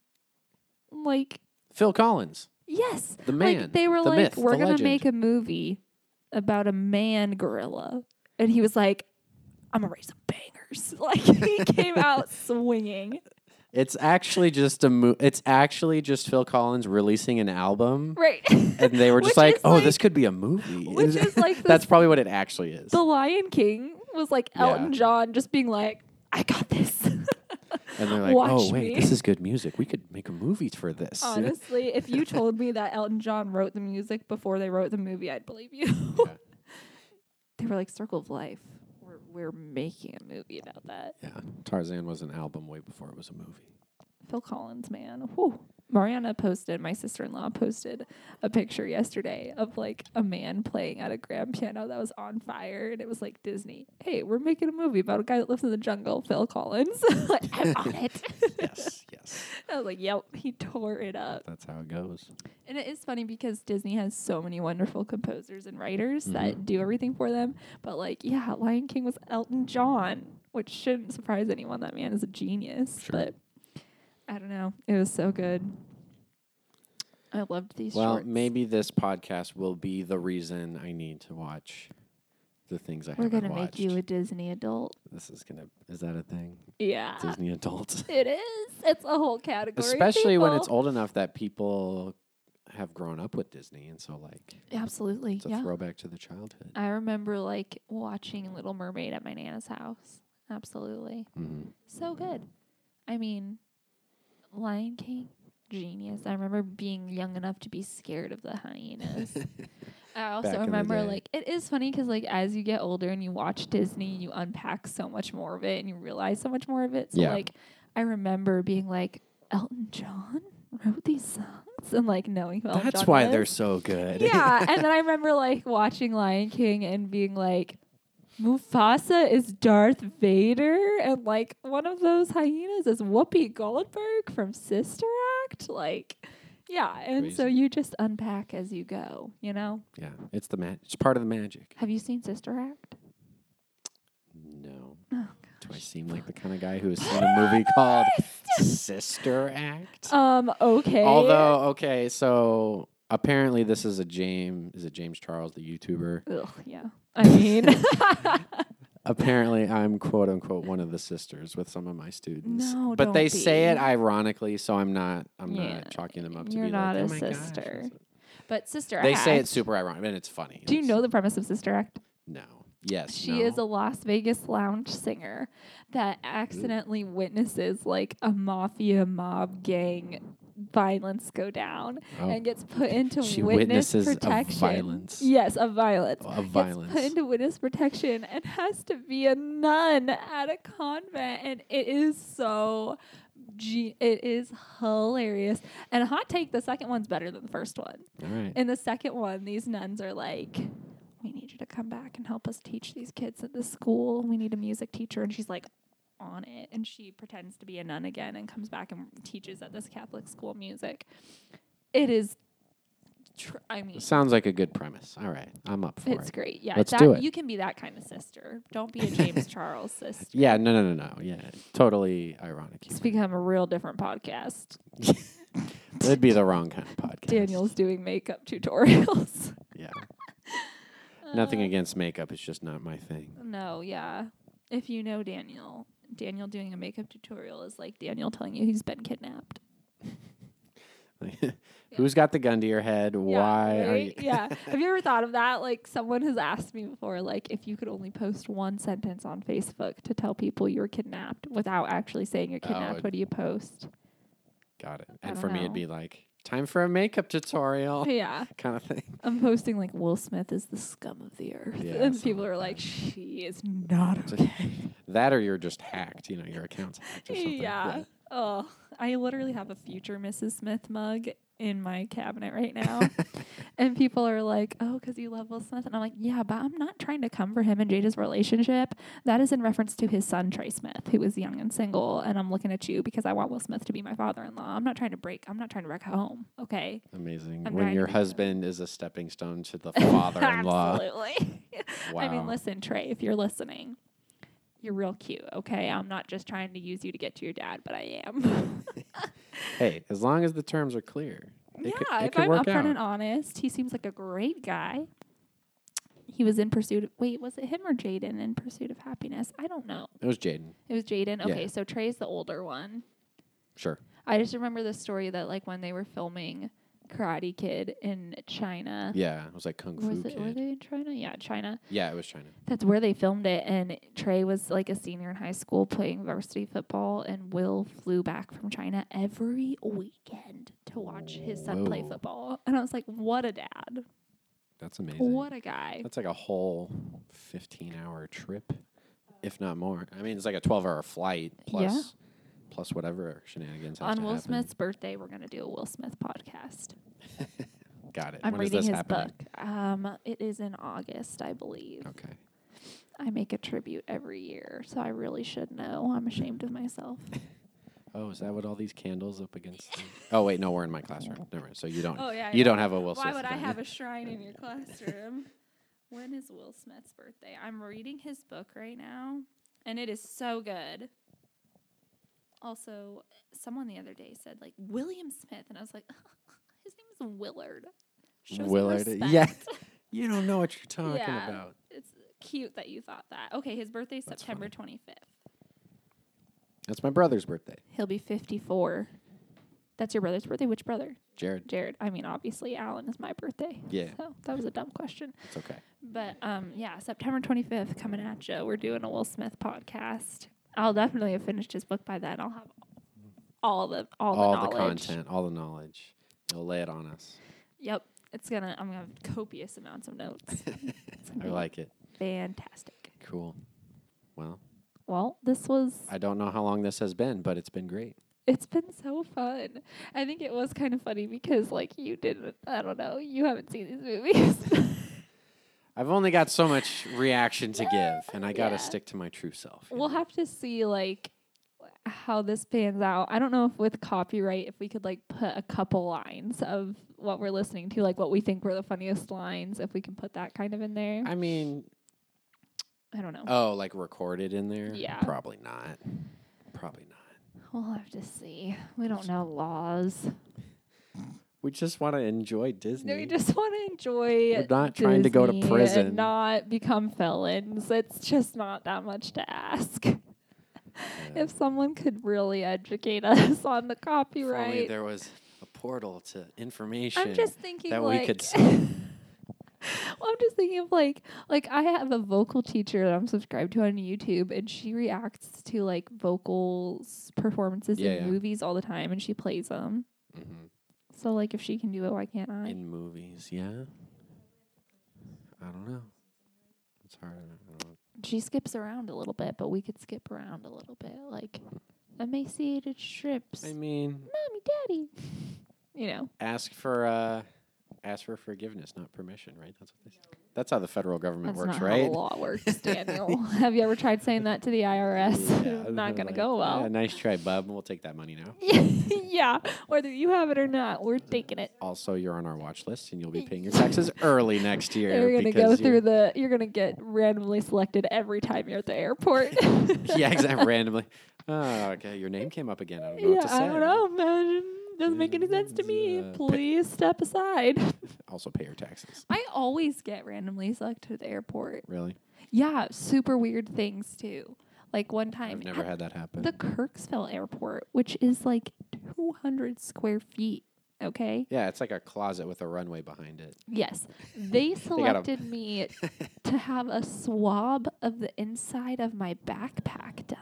Speaker 2: like
Speaker 1: Phil Collins,
Speaker 2: yes,
Speaker 1: the man.
Speaker 2: Like they were
Speaker 1: the
Speaker 2: like,
Speaker 1: myth,
Speaker 2: we're
Speaker 1: the
Speaker 2: gonna
Speaker 1: legend.
Speaker 2: make a movie about a man gorilla, and he was like, I'm gonna raise some bangers. Like he came out swinging,
Speaker 1: It's actually just a mo- It's actually just Phil Collins releasing an album,
Speaker 2: right?
Speaker 1: and they were just
Speaker 2: Which
Speaker 1: like,
Speaker 2: is
Speaker 1: "Oh, this could be a movie."
Speaker 2: which is like
Speaker 1: that's
Speaker 2: this-
Speaker 1: probably what it actually is.
Speaker 2: the Lion King was like Elton
Speaker 1: Yeah.
Speaker 2: John just being like, I got this.
Speaker 1: And they're like,
Speaker 2: watch
Speaker 1: "Oh, wait,
Speaker 2: me."
Speaker 1: this is good music. We could make a movie for this."
Speaker 2: Honestly, if you told me that Elton John wrote the music before they wrote the movie, I'd believe you.
Speaker 1: Yeah.
Speaker 2: they were like, Circle of Life. We're, we're making a movie about that.
Speaker 1: Yeah, Tarzan was an album way before it was a movie.
Speaker 2: Phil Collins, man. Whew. Mariana posted, my sister in law posted a picture yesterday of like a man playing at a grand piano that was on fire. And it was like Disney. Hey, we're making a movie about a guy that lives in the jungle, Phil Collins. like, I'm on it.
Speaker 1: yes, yes.
Speaker 2: I was like, yep, he tore it up.
Speaker 1: That's how it goes.
Speaker 2: And it is funny because Disney has so many wonderful composers and writers
Speaker 1: Mm-hmm.
Speaker 2: that do everything for them. But like, yeah, Lion King was Elton John, which shouldn't surprise anyone. That man is a genius.
Speaker 1: Sure.
Speaker 2: But I don't know. It was so good. I loved these
Speaker 1: Well,
Speaker 2: shorts.
Speaker 1: maybe this podcast will be the reason I need to watch the things I
Speaker 2: We're
Speaker 1: haven't
Speaker 2: gonna
Speaker 1: watched.
Speaker 2: make you a Disney adult.
Speaker 1: this is gonna. Is that a thing?
Speaker 2: Yeah.
Speaker 1: Disney adults,
Speaker 2: It is. It's a whole category. of
Speaker 1: especially when it's
Speaker 2: people.
Speaker 1: old enough that people have grown up with Disney, and so like
Speaker 2: Absolutely.
Speaker 1: it's a
Speaker 2: Yeah.
Speaker 1: throwback to the childhood.
Speaker 2: I remember like watching Little Mermaid at my nana's house. Absolutely.
Speaker 1: Mhm.
Speaker 2: So good. I mean, Lion King, genius. I remember being young enough to be scared of the hyenas. I
Speaker 1: Back
Speaker 2: also
Speaker 1: in the
Speaker 2: remember,
Speaker 1: day.
Speaker 2: like, it is funny because, like, as you get older and you watch Disney, you unpack so much more of it and you realize so much more of it. So,
Speaker 1: Yeah.
Speaker 2: like, I remember being like, Elton John? wrote these songs and like knowing who Elton
Speaker 1: That's
Speaker 2: John
Speaker 1: why
Speaker 2: was.
Speaker 1: they're so good.
Speaker 2: yeah, and then I remember like watching Lion King and being like, Mufasa is Darth Vader, and like one of those hyenas is Whoopi Goldberg from Sister Act. Like, yeah, and so
Speaker 1: Crazy.
Speaker 2: you just unpack as you go. You know,
Speaker 1: yeah. It's the mag. It's part of the magic.
Speaker 2: have you seen Sister Act?
Speaker 1: No.
Speaker 2: Oh,
Speaker 1: Do I seem like the kind of guy who has seen a movie called Sister Act?
Speaker 2: Um. Okay.
Speaker 1: Although, okay, so apparently this is a James is it James Charles, the YouTuber.
Speaker 2: Ugh, yeah. I mean,
Speaker 1: Apparently I'm quote unquote one of the sisters with some of my students.
Speaker 2: No,
Speaker 1: but they
Speaker 2: don't
Speaker 1: say it
Speaker 2: be.
Speaker 1: ironically, so I'm not I'm
Speaker 2: Yeah,
Speaker 1: not chalking them up to
Speaker 2: you're
Speaker 1: be
Speaker 2: not
Speaker 1: like,
Speaker 2: a
Speaker 1: "Oh my gosh,
Speaker 2: sister."
Speaker 1: that's
Speaker 2: but Sister
Speaker 1: a-" They
Speaker 2: Act.
Speaker 1: say it's super ironic and it's funny.
Speaker 2: Do you
Speaker 1: It's-
Speaker 2: know the premise of Sister Act?
Speaker 1: No. Yes.
Speaker 2: She is a
Speaker 1: no.
Speaker 2: Las Vegas lounge singer that accidentally witnesses like a mafia mob gang violence go down
Speaker 1: Oh.
Speaker 2: and gets put into
Speaker 1: She
Speaker 2: witness
Speaker 1: witnesses of
Speaker 2: protection.
Speaker 1: violence.
Speaker 2: Yes, of violence.
Speaker 1: of
Speaker 2: Gets put
Speaker 1: violence.
Speaker 2: into witness protection and has to be a nun at a convent, and it is so. Ge- it is hilarious. And hot take: the second one's better than the first one.
Speaker 1: All right.
Speaker 2: In the second one, these nuns are like, "We need you to come back and help us teach these kids at the school. We need a music teacher." And she's like, "On it." And she pretends to be a nun again and comes back and teaches at this Catholic school music. It is, tr- I mean,
Speaker 1: Sounds like a good premise. All right. I'm up for
Speaker 2: it's
Speaker 1: it.
Speaker 2: great. Yeah,
Speaker 1: Let's
Speaker 2: that,
Speaker 1: do it.
Speaker 2: You can be that kind of sister. Don't be a James Charles sister.
Speaker 1: Yeah, no no no no. Yeah. Totally ironic.
Speaker 2: It's
Speaker 1: humor.
Speaker 2: become a real different podcast.
Speaker 1: It'd be the wrong kind of podcast.
Speaker 2: Daniel's doing makeup tutorials.
Speaker 1: Yeah.
Speaker 2: Uh.
Speaker 1: Nothing against makeup. It's just not my thing.
Speaker 2: No, yeah. If you know Daniel, Daniel doing a makeup tutorial is like Daniel telling you he's been kidnapped.
Speaker 1: Who's got the gun to your head? Why
Speaker 2: Yeah,
Speaker 1: are you?
Speaker 2: right? yeah. Have you ever thought of that? Like someone has asked me before, like if you could only post one sentence on Facebook to tell people you were kidnapped without actually saying you're
Speaker 1: Oh,
Speaker 2: kidnapped,
Speaker 1: it-
Speaker 2: what do you post?
Speaker 1: Got it.
Speaker 2: I
Speaker 1: And
Speaker 2: don't
Speaker 1: for me, it'd
Speaker 2: know.
Speaker 1: be like time for a makeup tutorial
Speaker 2: yeah.
Speaker 1: kind of thing.
Speaker 2: I'm posting like Will Smith is the scum of the earth.
Speaker 1: Yeah,
Speaker 2: and
Speaker 1: something
Speaker 2: people
Speaker 1: like that.
Speaker 2: are like, She is not
Speaker 1: It's like,
Speaker 2: okay.
Speaker 1: That or you're just hacked. You know, your account's hacked or something.
Speaker 2: Yeah. Oh, I literally have a future Mrs. Smith mug in my cabinet right now. and people are like, oh, because you love Will Smith. And I'm like, yeah, but I'm not trying to come for him and Jada's relationship. That is in reference to his son, Trey Smith, who is young and single. And I'm looking at you because I want Will Smith to be my father in law. I'm not trying to break, I'm not trying to wreck home. Okay.
Speaker 1: Amazing.
Speaker 2: I'm
Speaker 1: when
Speaker 2: trying to
Speaker 1: your
Speaker 2: be good.
Speaker 1: husband is a stepping stone to the father-in-law.
Speaker 2: Absolutely.
Speaker 1: wow.
Speaker 2: I mean, listen, Trey, if you're listening, you're real cute, okay? I'm not just trying to use you to get to your dad, but I am.
Speaker 1: Hey, as long as the terms are clear, it could,
Speaker 2: yeah,
Speaker 1: it
Speaker 2: if
Speaker 1: could
Speaker 2: I'm
Speaker 1: work
Speaker 2: upfront
Speaker 1: out.
Speaker 2: and honest, he seems like a great guy. He was in pursuit of wait, was it him or Jaden in pursuit of happiness? I don't know.
Speaker 1: it was Jaden.
Speaker 2: It was Jaden. Okay,
Speaker 1: Yeah.
Speaker 2: so Trey's the older one.
Speaker 1: Sure.
Speaker 2: I just remember the story that like when they were filming Karate Kid in China.
Speaker 1: Yeah, it was like Kung Fu
Speaker 2: Was it were
Speaker 1: Kid.
Speaker 2: they in China? Yeah, China.
Speaker 1: Yeah, it was China.
Speaker 2: That's where they filmed it and Trey was like a senior in high school playing varsity football and Will flew back from China every weekend to watch his son play
Speaker 1: Whoa.
Speaker 2: football. And I was like, what a dad.
Speaker 1: That's amazing.
Speaker 2: What a guy.
Speaker 1: That's like a whole 15 hour trip, if not more. I mean, it's like a 12 hour flight plus, plus whatever shenanigans has
Speaker 2: On
Speaker 1: to
Speaker 2: Will
Speaker 1: happen.
Speaker 2: Smith's birthday, we're going to do a Will Smith podcast.
Speaker 1: Got it.
Speaker 2: I'm
Speaker 1: When is
Speaker 2: reading
Speaker 1: this
Speaker 2: his
Speaker 1: happening?
Speaker 2: book. Um, it is in August, I believe.
Speaker 1: Okay.
Speaker 2: I make a tribute every year, so I really should know. I'm ashamed of myself.
Speaker 1: Oh, is that what all these candles up against? the- Oh wait, no, we're in my classroom. Never. mind. So you don't.
Speaker 2: Oh, yeah, I
Speaker 1: You
Speaker 2: know.
Speaker 1: don't have a Will
Speaker 2: Why
Speaker 1: Smith.
Speaker 2: would I
Speaker 1: event.
Speaker 2: have a shrine in your classroom? when is Will Smith's birthday? I'm reading his book right now, and it is so good. Also, someone the other day said like William Smith, and I was like, his name is Willard. Show some
Speaker 1: Willard, yeah.
Speaker 2: respect.
Speaker 1: You don't know what you're talking
Speaker 2: Yeah.
Speaker 1: about.
Speaker 2: It's cute that you thought that. Okay, his birthday's
Speaker 1: That's
Speaker 2: September 25th.
Speaker 1: That's my brother's birthday,
Speaker 2: He'll be 54. That's your brother's birthday? Which brother?
Speaker 1: Jared.
Speaker 2: Jared. I mean, obviously, Alan is my birthday.
Speaker 1: Yeah.
Speaker 2: So that was a dumb question.
Speaker 1: It's okay.
Speaker 2: But um, yeah, September 25th, coming at you. We're doing a Will Smith podcast. I'll definitely have finished his book by then. I'll have all the all,
Speaker 1: all
Speaker 2: the, knowledge.
Speaker 1: the content, all the knowledge. You'll lay it on us.
Speaker 2: Yep. It's gonna. I'm gonna have copious amounts of notes. It's gonna
Speaker 1: I
Speaker 2: be
Speaker 1: like it.
Speaker 2: fantastic.
Speaker 1: Cool. Well,
Speaker 2: Well, this was
Speaker 1: I don't know how long this has been, but it's been great.
Speaker 2: It's been so fun. I think it was kind of funny because like you didn't. I don't know. You haven't seen these movies.
Speaker 1: I've only got so much reaction to give, and I gotta
Speaker 2: Yeah.
Speaker 1: stick to my true self. you
Speaker 2: we'll
Speaker 1: know?
Speaker 2: have to see like how this pans out. I don't know if with copyright if we could like put a couple lines of what we're listening to, like what we think were the funniest lines, if we can put that kind of in there.
Speaker 1: I mean,
Speaker 2: I don't know.
Speaker 1: oh, like recorded in there?
Speaker 2: Yeah.
Speaker 1: Probably not. Probably not.
Speaker 2: We'll have to see. We don't know laws.
Speaker 1: We just want to enjoy Disney.
Speaker 2: No, we just want to enjoy.
Speaker 1: We're not trying to go to
Speaker 2: Disney
Speaker 1: prison.
Speaker 2: And not become felons. It's just not that much to ask.
Speaker 1: Yeah.
Speaker 2: If someone could really educate us on the
Speaker 1: If only
Speaker 2: copyright,
Speaker 1: there was a portal to information.
Speaker 2: I'm just thinking
Speaker 1: that we
Speaker 2: like.
Speaker 1: could
Speaker 2: Well, I'm just thinking of like, like I have a vocal teacher that I'm subscribed to on YouTube, and she reacts to like vocals performances
Speaker 1: Yeah,
Speaker 2: in
Speaker 1: yeah.
Speaker 2: movies all the time, and she plays them.
Speaker 1: Mhm.
Speaker 2: So like, if she can do it, why can't I?
Speaker 1: in movies, yeah. I don't know. It's hard. I don't- I don't know.
Speaker 2: she skips around a little bit, but we could skip around a little bit, like emaciated shrimps,
Speaker 1: I mean,
Speaker 2: mommy, daddy. You know,
Speaker 1: ask for uh, ask for forgiveness, not permission, right? That's what they say. That's how the federal government
Speaker 2: that's
Speaker 1: works,
Speaker 2: not how
Speaker 1: right?
Speaker 2: the law works, Daniel. have you ever tried saying that to the IRS?
Speaker 1: Yeah,
Speaker 2: not
Speaker 1: they're
Speaker 2: gonna
Speaker 1: like,
Speaker 2: go
Speaker 1: "Yeah,
Speaker 2: well.
Speaker 1: nice try, bub. We'll take that money now.
Speaker 2: yeah, whether you have it or not, we're taking it.
Speaker 1: Also, you're on our watch list, and you'll be paying your taxes early next year.
Speaker 2: You're gonna go
Speaker 1: because
Speaker 2: through the. You're gonna get randomly selected every time you're at the airport.
Speaker 1: yeah, exactly. Randomly. Oh, okay. Your name came up again. I don't know what
Speaker 2: yeah,
Speaker 1: to say.
Speaker 2: I don't know. Imagine doesn't make any sense to me.
Speaker 1: Uh, pa-
Speaker 2: Please step aside.
Speaker 1: Also, pay your taxes.
Speaker 2: I always get randomly selected at the airport.
Speaker 1: Really?
Speaker 2: Yeah, super weird things too. Like one time
Speaker 1: I've never
Speaker 2: at
Speaker 1: had that happen.
Speaker 2: the Kirksville airport, which is like 200 square feet. Okay.
Speaker 1: yeah, it's like a closet with a runway behind it.
Speaker 2: Yes. They
Speaker 1: got 'em.
Speaker 2: selected me to have a swab of the inside of my backpack done.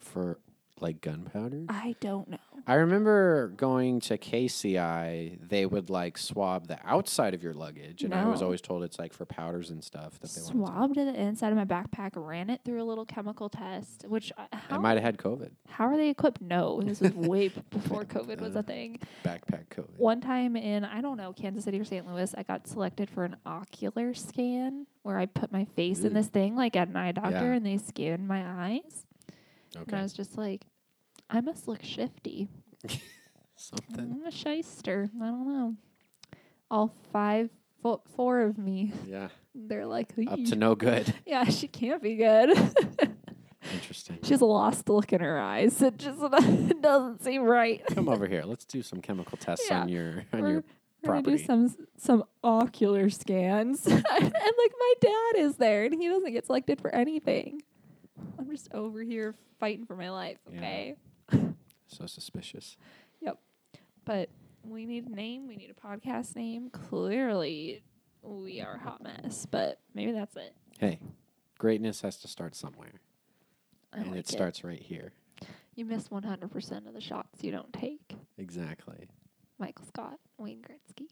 Speaker 1: for like gunpowder.
Speaker 2: I don't know.
Speaker 1: I remember going to KCI, they would like swab the outside of your luggage, and I was
Speaker 2: No.
Speaker 1: always told it's like for powders and stuff that they want.
Speaker 2: Swabbed the inside of my backpack, ran it through a little chemical test, which uh,
Speaker 1: I
Speaker 2: how,
Speaker 1: might have had COVID,
Speaker 2: how are they equipped? No, this was way before COVID was
Speaker 1: Uh,
Speaker 2: a thing.
Speaker 1: backpack COVID.
Speaker 2: One time in, I don't know, Kansas City or St. Louis, I got selected for an ocular scan where I put my face in
Speaker 1: Ooh.
Speaker 2: this thing, like at an eye doctor,
Speaker 1: Yeah.
Speaker 2: and they scanned my eyes. And I
Speaker 1: Okay,
Speaker 2: was just like, I must look shifty.
Speaker 1: something.
Speaker 2: I'm a shyster. I don't know. All five foot four of me,
Speaker 1: Yeah,
Speaker 2: they're like,
Speaker 1: up
Speaker 2: "Ee,
Speaker 1: to no good.
Speaker 2: yeah, she can't be good.
Speaker 1: Interesting.
Speaker 2: she has a lost look in her eyes. It just doesn't seem right.
Speaker 1: Come over here. Let's do some chemical tests
Speaker 2: Yeah.
Speaker 1: on your on
Speaker 2: We're-
Speaker 1: your.
Speaker 2: We're gonna do
Speaker 1: property.
Speaker 2: some some ocular scans, and like my dad is there, and he doesn't get selected for anything. I'm just over here fighting for my life,
Speaker 1: Yeah.
Speaker 2: okay?
Speaker 1: So suspicious.
Speaker 2: But we need a name, we need a podcast name. Clearly, we are a hot mess, but maybe that's it.
Speaker 1: Hey, greatness has to start somewhere,
Speaker 2: I
Speaker 1: and
Speaker 2: like
Speaker 1: it starts right here.
Speaker 2: You miss 100% of the shots you don't take.
Speaker 1: Exactly.
Speaker 2: Michael Scott, Wayne Gretzky,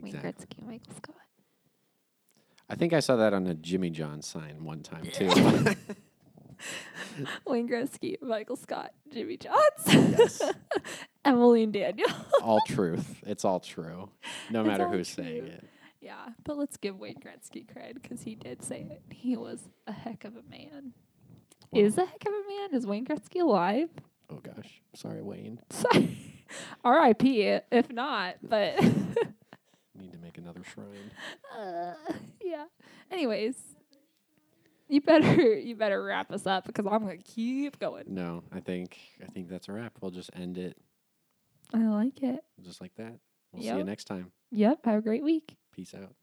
Speaker 2: Wayne
Speaker 1: Exactly.
Speaker 2: Gretzky, Michael Scott.
Speaker 1: I think I saw that on a Jimmy John sign one time too.
Speaker 2: Wayne Gretzky, Michael Scott, Jimmy Johnson,
Speaker 1: yes.
Speaker 2: Emily and Daniel.
Speaker 1: all truth. It's all true, no
Speaker 2: It's
Speaker 1: matter
Speaker 2: all
Speaker 1: who's saying
Speaker 2: true.
Speaker 1: it.
Speaker 2: Yeah, but let's give Wayne Gretzky cred because he did say it. He was a heck of a man.
Speaker 1: Well,
Speaker 2: Is a heck of a man? Is Wayne Gretzky alive?
Speaker 1: oh gosh, sorry, Wayne.
Speaker 2: Sorry. R.I.P. If not, but
Speaker 1: Need to make another shrine.
Speaker 2: uh, yeah. Anyways, you better you better wrap us up because I'm gonna keep going.
Speaker 1: No, I think I think that's a wrap. We'll just end it
Speaker 2: I like it.
Speaker 1: just like that. We'll see you
Speaker 2: Yep.
Speaker 1: next time.
Speaker 2: Yep. Have a great week.
Speaker 1: Peace out.